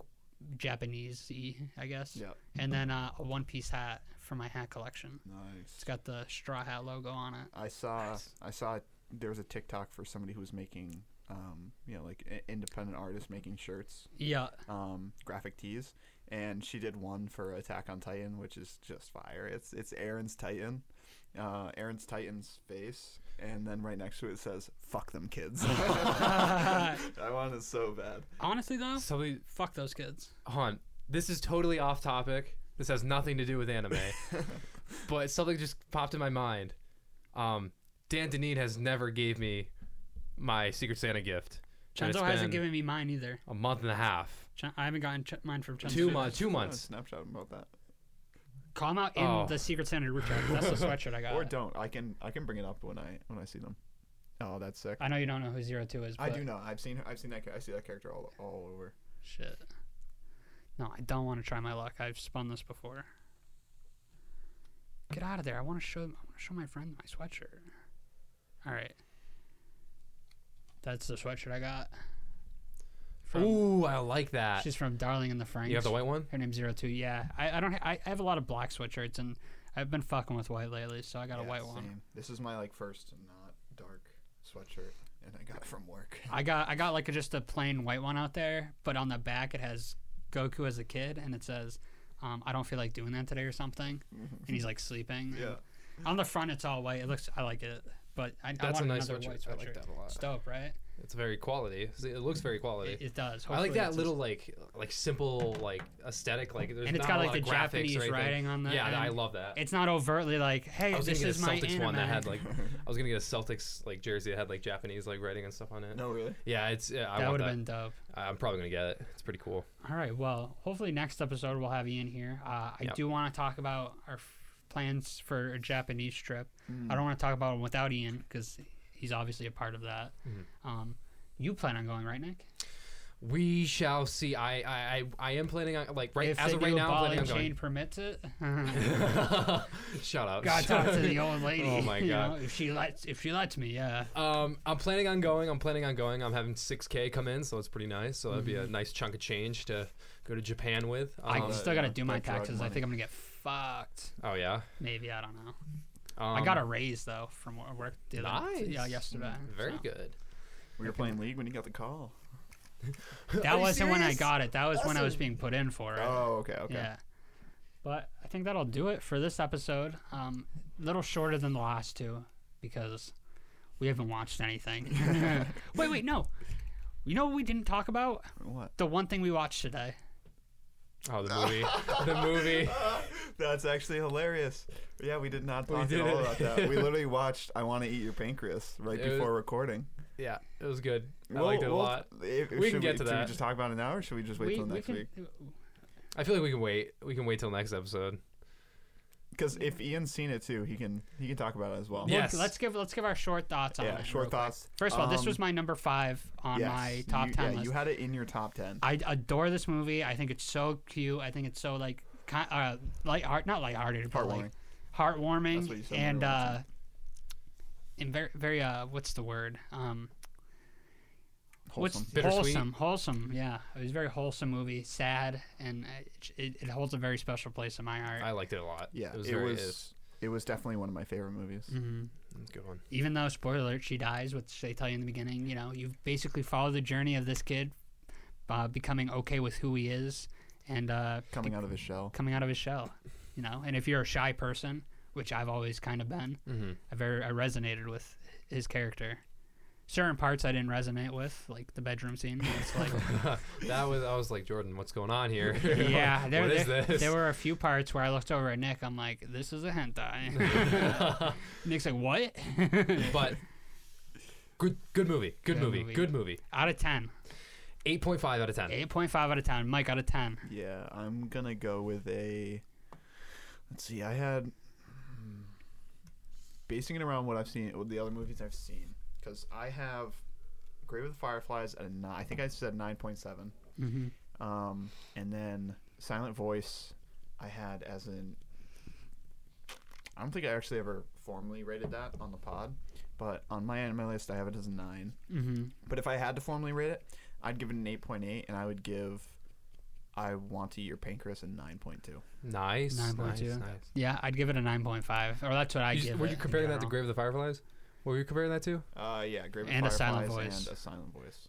[SPEAKER 1] Japanese, I guess.
[SPEAKER 3] Yep.
[SPEAKER 1] And then uh, a one piece hat for my hat collection. It's
[SPEAKER 3] Nice.
[SPEAKER 1] got the straw hat logo on it.
[SPEAKER 3] I saw.
[SPEAKER 2] Nice.
[SPEAKER 3] I saw there was a TikTok for somebody who was making, um, you know, like i- independent artists making shirts.
[SPEAKER 1] Yeah,
[SPEAKER 3] um, graphic tees, and she did one for Attack on Titan, which is just fire. It's it's Aaron's Titan, uh, Aaron's Titan's face, and then right next to it says "fuck them kids." I want it so bad.
[SPEAKER 1] honestly though,
[SPEAKER 2] Somebody,
[SPEAKER 1] fuck those kids.
[SPEAKER 2] hon, this is totally off topic. This has nothing to do with anime, but something just popped in my mind. Um, Dan Deneen has never gave me my Secret Santa gift. And it's
[SPEAKER 1] Chenzo
[SPEAKER 2] been
[SPEAKER 1] hasn't given me mine either.
[SPEAKER 2] a month and a half,
[SPEAKER 1] Chen- I haven't gotten ch- mine from Chenzo.
[SPEAKER 2] two months, two
[SPEAKER 3] I want a
[SPEAKER 2] months.
[SPEAKER 3] Snapchat about that,
[SPEAKER 1] Call him out in
[SPEAKER 2] Oh.
[SPEAKER 1] the Secret Santa group chat. That's the sweatshirt I got.
[SPEAKER 3] or don't. I can I can bring it up when I when I see them. Oh, that's sick.
[SPEAKER 1] I know you don't know who Zero Two is. But
[SPEAKER 3] I do know. I've seen her. I've seen that. ca- I see that character all all over.
[SPEAKER 1] Shit. No, I don't want to try my luck. I've spun this before. Get out of there! I want to show. I want to show my friend my sweatshirt. All right. That's the sweatshirt I got. From,
[SPEAKER 2] Ooh, I like that.
[SPEAKER 1] She's from Darling in the Franks.
[SPEAKER 2] You have the white one.
[SPEAKER 1] Her name's Zero Two. Yeah, I, I don't. Ha- I, I have a lot of black sweatshirts, and I've been fucking with white lately, so I got a
[SPEAKER 3] Yeah,
[SPEAKER 1] white one.
[SPEAKER 3] same. This is my like first not dark sweatshirt, and I got it from work.
[SPEAKER 1] I got I got like a, just a plain white one out there, but on the back it has Goku as a kid, and it says, um, "I don't feel like doing that today" or something, and he's like sleeping.
[SPEAKER 3] Yeah.
[SPEAKER 1] And on the front it's all white. It looks I like it, but I, I
[SPEAKER 2] That's
[SPEAKER 1] want
[SPEAKER 2] a nice
[SPEAKER 1] another
[SPEAKER 2] sweatshirt.
[SPEAKER 1] white
[SPEAKER 2] I
[SPEAKER 1] sweatshirt.
[SPEAKER 2] like that a lot.
[SPEAKER 1] It's dope, right?
[SPEAKER 2] It's very quality. It looks very quality.
[SPEAKER 1] It, it does.
[SPEAKER 2] I like
[SPEAKER 1] Hopefully
[SPEAKER 2] that
[SPEAKER 1] it's-
[SPEAKER 2] little like like simple like aesthetic. Like there's
[SPEAKER 1] and it's
[SPEAKER 2] not
[SPEAKER 1] got
[SPEAKER 2] a
[SPEAKER 1] like
[SPEAKER 2] lot
[SPEAKER 1] the
[SPEAKER 2] of graphics or
[SPEAKER 1] Japanese
[SPEAKER 2] anything.
[SPEAKER 1] writing on the
[SPEAKER 2] Yeah, I
[SPEAKER 1] end.
[SPEAKER 2] love that.
[SPEAKER 1] It's not overtly like, "Hey,
[SPEAKER 2] I was gonna
[SPEAKER 1] this
[SPEAKER 2] get a
[SPEAKER 1] is my
[SPEAKER 2] Celtics one that
[SPEAKER 1] anime."
[SPEAKER 2] had like I was gonna get a Celtics like jersey that had like Japanese like writing and stuff on it.
[SPEAKER 3] No, really.
[SPEAKER 2] Yeah, it's yeah, I
[SPEAKER 1] that
[SPEAKER 2] want
[SPEAKER 1] would
[SPEAKER 2] that.
[SPEAKER 1] have been dope.
[SPEAKER 2] I- I'm probably gonna get it. It's pretty cool.
[SPEAKER 1] All right. Well, hopefully next episode we'll have Ian here. Uh, I
[SPEAKER 2] Yep.
[SPEAKER 1] do want to talk about our f- plans for a Japanese trip.
[SPEAKER 3] Mm.
[SPEAKER 1] I don't want to talk about them without Ian because he's obviously a part of that.
[SPEAKER 2] Mm-hmm.
[SPEAKER 1] Um, you plan on going, right, Nick?
[SPEAKER 2] We shall see. I I I, I am planning on like right
[SPEAKER 1] if
[SPEAKER 2] as
[SPEAKER 1] they
[SPEAKER 2] of
[SPEAKER 1] do
[SPEAKER 2] right
[SPEAKER 1] a
[SPEAKER 2] now.
[SPEAKER 1] ball
[SPEAKER 2] I'm
[SPEAKER 1] and
[SPEAKER 2] planning
[SPEAKER 1] chain
[SPEAKER 2] on
[SPEAKER 1] permits it.
[SPEAKER 2] going. Shout out.
[SPEAKER 1] Gotta talk to the old lady.
[SPEAKER 2] Oh my
[SPEAKER 1] you
[SPEAKER 2] God.
[SPEAKER 1] know, if she lets, if she lets me, yeah.
[SPEAKER 2] Um, I'm planning on going. I'm planning on going. I'm having 6K come in, so it's pretty nice. So that'd be a nice chunk of change to go to Japan with. Um,
[SPEAKER 1] Mm-hmm. I still gotta do my
[SPEAKER 3] that drug
[SPEAKER 1] taxes. I
[SPEAKER 3] money.
[SPEAKER 1] think I'm gonna get fucked.
[SPEAKER 2] oh yeah.
[SPEAKER 1] Maybe I don't know.
[SPEAKER 2] Um,
[SPEAKER 1] I got a raise though from where I worked. The other,
[SPEAKER 2] nice.
[SPEAKER 1] Yeah, yesterday.
[SPEAKER 2] Very
[SPEAKER 1] so.
[SPEAKER 2] good.
[SPEAKER 3] We were playing league when you got the call.
[SPEAKER 1] That
[SPEAKER 2] Are you
[SPEAKER 1] wasn't when I
[SPEAKER 2] serious?
[SPEAKER 1] got it. That was when I was being put in for it.
[SPEAKER 3] Oh, okay, okay.
[SPEAKER 1] Yeah. But I think that'll do it for this episode. Um, little shorter than the last two because we haven't watched anything. wait, wait, no. You know what we didn't talk about?
[SPEAKER 3] What?
[SPEAKER 1] The one thing we watched today.
[SPEAKER 2] Oh, the movie. the movie.
[SPEAKER 3] That's actually hilarious. Yeah, we did not talk
[SPEAKER 2] did
[SPEAKER 3] at all
[SPEAKER 2] it.
[SPEAKER 3] about that. We literally watched "I Want to Eat Your Pancreas" right
[SPEAKER 2] It was-
[SPEAKER 3] before recording.
[SPEAKER 2] Yeah, it was good. I
[SPEAKER 3] We'll-
[SPEAKER 2] liked it a
[SPEAKER 3] we'll-
[SPEAKER 2] lot.
[SPEAKER 3] if-
[SPEAKER 2] We can
[SPEAKER 3] should
[SPEAKER 2] get to
[SPEAKER 3] Should we
[SPEAKER 2] that.
[SPEAKER 3] just talk about it now, or should we just wait
[SPEAKER 1] we,
[SPEAKER 3] till
[SPEAKER 1] we
[SPEAKER 3] next
[SPEAKER 1] can,
[SPEAKER 3] week?
[SPEAKER 2] I feel like we can wait. We can wait till next episode.
[SPEAKER 3] Because if Ian's seen it too, he can he can talk about it as well.
[SPEAKER 2] Yeah.
[SPEAKER 1] Look,
[SPEAKER 2] Yes.
[SPEAKER 1] Let's give let's give our short thoughts on it.
[SPEAKER 3] Yeah,
[SPEAKER 1] real
[SPEAKER 3] short
[SPEAKER 1] quick.
[SPEAKER 3] thoughts.
[SPEAKER 1] First of all, this
[SPEAKER 3] Um,
[SPEAKER 1] was my number five on
[SPEAKER 3] Yes,
[SPEAKER 1] my top
[SPEAKER 3] you,
[SPEAKER 1] ten
[SPEAKER 3] yeah,
[SPEAKER 1] list.
[SPEAKER 3] You had it in your top ten.
[SPEAKER 1] I adore this movie. I think it's so cute. I think it's so like ki- uh, light heart, not lighthearted, but like heartwarming
[SPEAKER 3] That's what you said when we
[SPEAKER 1] and
[SPEAKER 3] were
[SPEAKER 1] uh,
[SPEAKER 3] watching.
[SPEAKER 1] and very very uh, what's the word? Um,
[SPEAKER 3] Wholesome.
[SPEAKER 2] What's- Bittersweet.
[SPEAKER 1] Wholesome, wholesome. Yeah, it was a very wholesome movie. Sad, and it, it, it holds a very special place in my heart.
[SPEAKER 2] I liked it a lot.
[SPEAKER 3] yeah,
[SPEAKER 2] it was very Mm. it's-
[SPEAKER 3] it was definitely one of my favorite movies.
[SPEAKER 1] hmm
[SPEAKER 2] it's a good one.
[SPEAKER 1] Even though spoiler alert, she dies, which they tell you in the beginning. You know, you basically follow the journey of this kid uh, becoming okay with who he is and uh,
[SPEAKER 3] Coming out of his shell.
[SPEAKER 1] coming out of his shell. You know, and if you're a shy person, which I've always kind of been,
[SPEAKER 2] Mhm.
[SPEAKER 1] I very I resonated with his character. Certain parts I didn't resonate with, like the bedroom scene. where It's like
[SPEAKER 2] that was I was like Jordan, what's going on here?
[SPEAKER 1] yeah,
[SPEAKER 2] Like,
[SPEAKER 1] there,
[SPEAKER 2] what is
[SPEAKER 1] there,
[SPEAKER 2] this?
[SPEAKER 1] there were a few parts where I looked over at Nick. I'm like, this is a hentai. Nick's like, what?
[SPEAKER 2] but good good movie, good,
[SPEAKER 1] Good
[SPEAKER 2] movie,
[SPEAKER 1] movie.
[SPEAKER 2] good movie.
[SPEAKER 1] out of 10,
[SPEAKER 2] Eight point five out of ten.
[SPEAKER 1] 8.5 out of 10. Mike out of 10.
[SPEAKER 3] Yeah, I'm gonna go with a. Let's see. I had hmm, basing it around what I've seen, what the other movies I've seen, because I have Grave of the Fireflies at a nine. I think I said nine point seven.
[SPEAKER 1] Mm-hmm.
[SPEAKER 3] Um, and then Silent Voice, I had as an. I don't think I actually ever formally rated that on the pod, but on my anime list, I have it as a nine.
[SPEAKER 1] Mm-hmm.
[SPEAKER 3] But if I had to formally rate it, I'd give it an 8.8, and I would give I Want to Eat Your Pancreas a 9.2.
[SPEAKER 2] Nice,
[SPEAKER 1] Nine point
[SPEAKER 2] nice,
[SPEAKER 1] two.
[SPEAKER 2] nice.
[SPEAKER 1] Yeah, I'd give it a 9.5. Or that's what I
[SPEAKER 2] You s-
[SPEAKER 1] give
[SPEAKER 2] were
[SPEAKER 1] it
[SPEAKER 2] you
[SPEAKER 1] in
[SPEAKER 2] comparing that to
[SPEAKER 1] general.
[SPEAKER 2] Grave of the Fireflies? What were you comparing that to?
[SPEAKER 3] Uh, yeah, Grave of
[SPEAKER 1] And a Silent
[SPEAKER 3] Fireflies
[SPEAKER 1] Voice.
[SPEAKER 3] And a silent voice.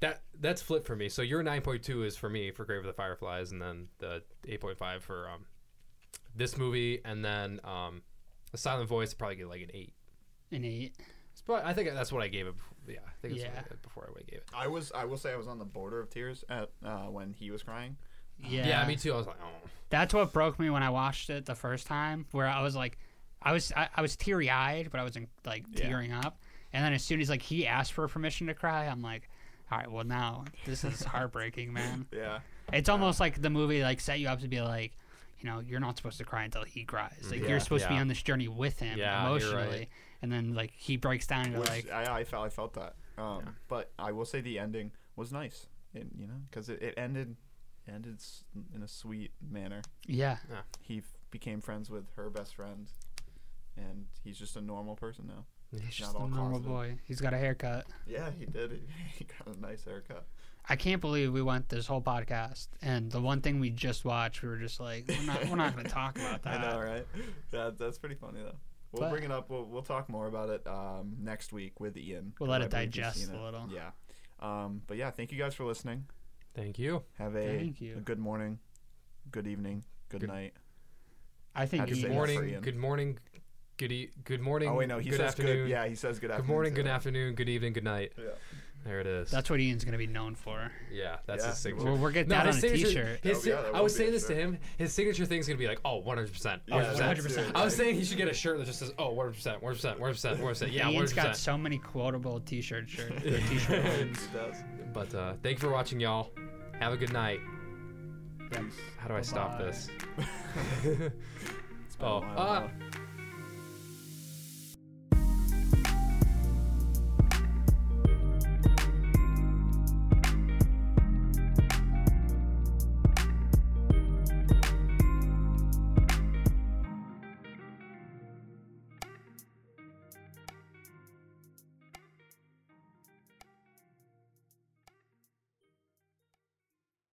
[SPEAKER 2] That that's flip for me. So your nine point two is for me for Grave of the Fireflies, and then the eight point five for um this movie, and then um a Silent Voice I'd probably get like an eight.
[SPEAKER 1] An 8.
[SPEAKER 2] It's prob- I think that's what I gave it. bef- Yeah, I think that's
[SPEAKER 1] Yeah.
[SPEAKER 2] what I did before I went and gave it.
[SPEAKER 3] I was, I will say, I was on the border of tears at uh, when he was crying.
[SPEAKER 1] Yeah.
[SPEAKER 2] Yeah. me too. I was like, oh,
[SPEAKER 1] That's what broke me when I watched it the first time, where I was like, I was I, I was teary eyed, but I wasn't like
[SPEAKER 3] Yeah.
[SPEAKER 1] tearing up. And then as soon as like he asked for permission to cry, I'm like, all right, well now this is heartbreaking, man.
[SPEAKER 3] Yeah,
[SPEAKER 1] It's almost like the movie like set you up to be like, you know, you're not supposed to cry until he cries. Like
[SPEAKER 2] Yeah.
[SPEAKER 1] you're supposed to be
[SPEAKER 2] Yeah.
[SPEAKER 1] on this journey with him
[SPEAKER 2] Yeah, you're
[SPEAKER 1] emotionally,
[SPEAKER 2] right.
[SPEAKER 1] and then like he breaks down. And you're
[SPEAKER 3] which
[SPEAKER 1] like,
[SPEAKER 3] I, I felt, I felt that. Um, but I will say the ending was nice. It, you know, because it, it ended, ended s- in a sweet manner.
[SPEAKER 1] yeah,
[SPEAKER 3] He f- became friends with her best friend, and he's just a normal person now.
[SPEAKER 1] he's
[SPEAKER 3] not
[SPEAKER 1] just a
[SPEAKER 3] all
[SPEAKER 1] normal
[SPEAKER 3] positive.
[SPEAKER 1] boy. He's got a haircut.
[SPEAKER 3] Yeah, he did. He got a nice haircut.
[SPEAKER 1] I can't believe we went this whole podcast and the one thing we just watched, we were just like, we're not, we're not going to talk about that.
[SPEAKER 3] I know, right? That, that's pretty funny though. We'll
[SPEAKER 1] But-
[SPEAKER 3] bring it up. We'll, we'll talk more about it um, next week with Ian.
[SPEAKER 1] We'll
[SPEAKER 3] who
[SPEAKER 1] let
[SPEAKER 3] I
[SPEAKER 1] it
[SPEAKER 3] believe has
[SPEAKER 1] digest
[SPEAKER 3] seen
[SPEAKER 1] a
[SPEAKER 3] it.
[SPEAKER 1] little.
[SPEAKER 3] Yeah. Um, but yeah, thank you guys for listening.
[SPEAKER 2] thank you.
[SPEAKER 3] Have a,
[SPEAKER 1] Thank you.
[SPEAKER 3] a good morning, good evening, good,
[SPEAKER 2] Good-
[SPEAKER 3] night.
[SPEAKER 1] I think
[SPEAKER 3] How'd you
[SPEAKER 1] he-
[SPEAKER 3] say
[SPEAKER 2] Good
[SPEAKER 3] that
[SPEAKER 2] morning.
[SPEAKER 3] for Ian?
[SPEAKER 2] Good morning. Good e- Good morning.
[SPEAKER 3] Oh wait, no, he
[SPEAKER 2] good
[SPEAKER 3] says
[SPEAKER 2] afternoon.
[SPEAKER 3] good. Yeah, he says good afternoon.
[SPEAKER 2] Good morning.
[SPEAKER 3] too.
[SPEAKER 2] Good afternoon. Good evening. Good night.
[SPEAKER 3] Yeah.
[SPEAKER 2] There it is.
[SPEAKER 1] that's what Ian's going to be known for.
[SPEAKER 2] yeah. That's
[SPEAKER 3] Yeah.
[SPEAKER 2] his signature.
[SPEAKER 1] We're, we're getting that on a
[SPEAKER 2] his signature.
[SPEAKER 1] t-shirt.
[SPEAKER 2] His,
[SPEAKER 3] Oh,
[SPEAKER 2] si-
[SPEAKER 3] yeah, that
[SPEAKER 2] I
[SPEAKER 3] would
[SPEAKER 2] was
[SPEAKER 3] be
[SPEAKER 2] saying
[SPEAKER 3] a
[SPEAKER 2] this to
[SPEAKER 3] shirt.
[SPEAKER 2] him. His signature thing's gonna be like, oh, 100 percent.
[SPEAKER 3] Yeah, that's
[SPEAKER 1] 100%.
[SPEAKER 3] it.
[SPEAKER 2] I was saying he should get a shirt that just says, oh, 100 percent, 100 percent, 100 percent, 100 percent. Yeah, 100
[SPEAKER 1] Ian's got
[SPEAKER 2] percent.
[SPEAKER 1] so many quotable t-shirt shirts.
[SPEAKER 3] He
[SPEAKER 1] t-shirt lines.
[SPEAKER 3] does.
[SPEAKER 2] But uh, thank you for watching, y'all. Have a good night.
[SPEAKER 1] Yeah.
[SPEAKER 2] How do I stop
[SPEAKER 1] Bye-bye.
[SPEAKER 2] this?
[SPEAKER 3] It's been a
[SPEAKER 2] oh,
[SPEAKER 3] while
[SPEAKER 2] ah.
[SPEAKER 3] now.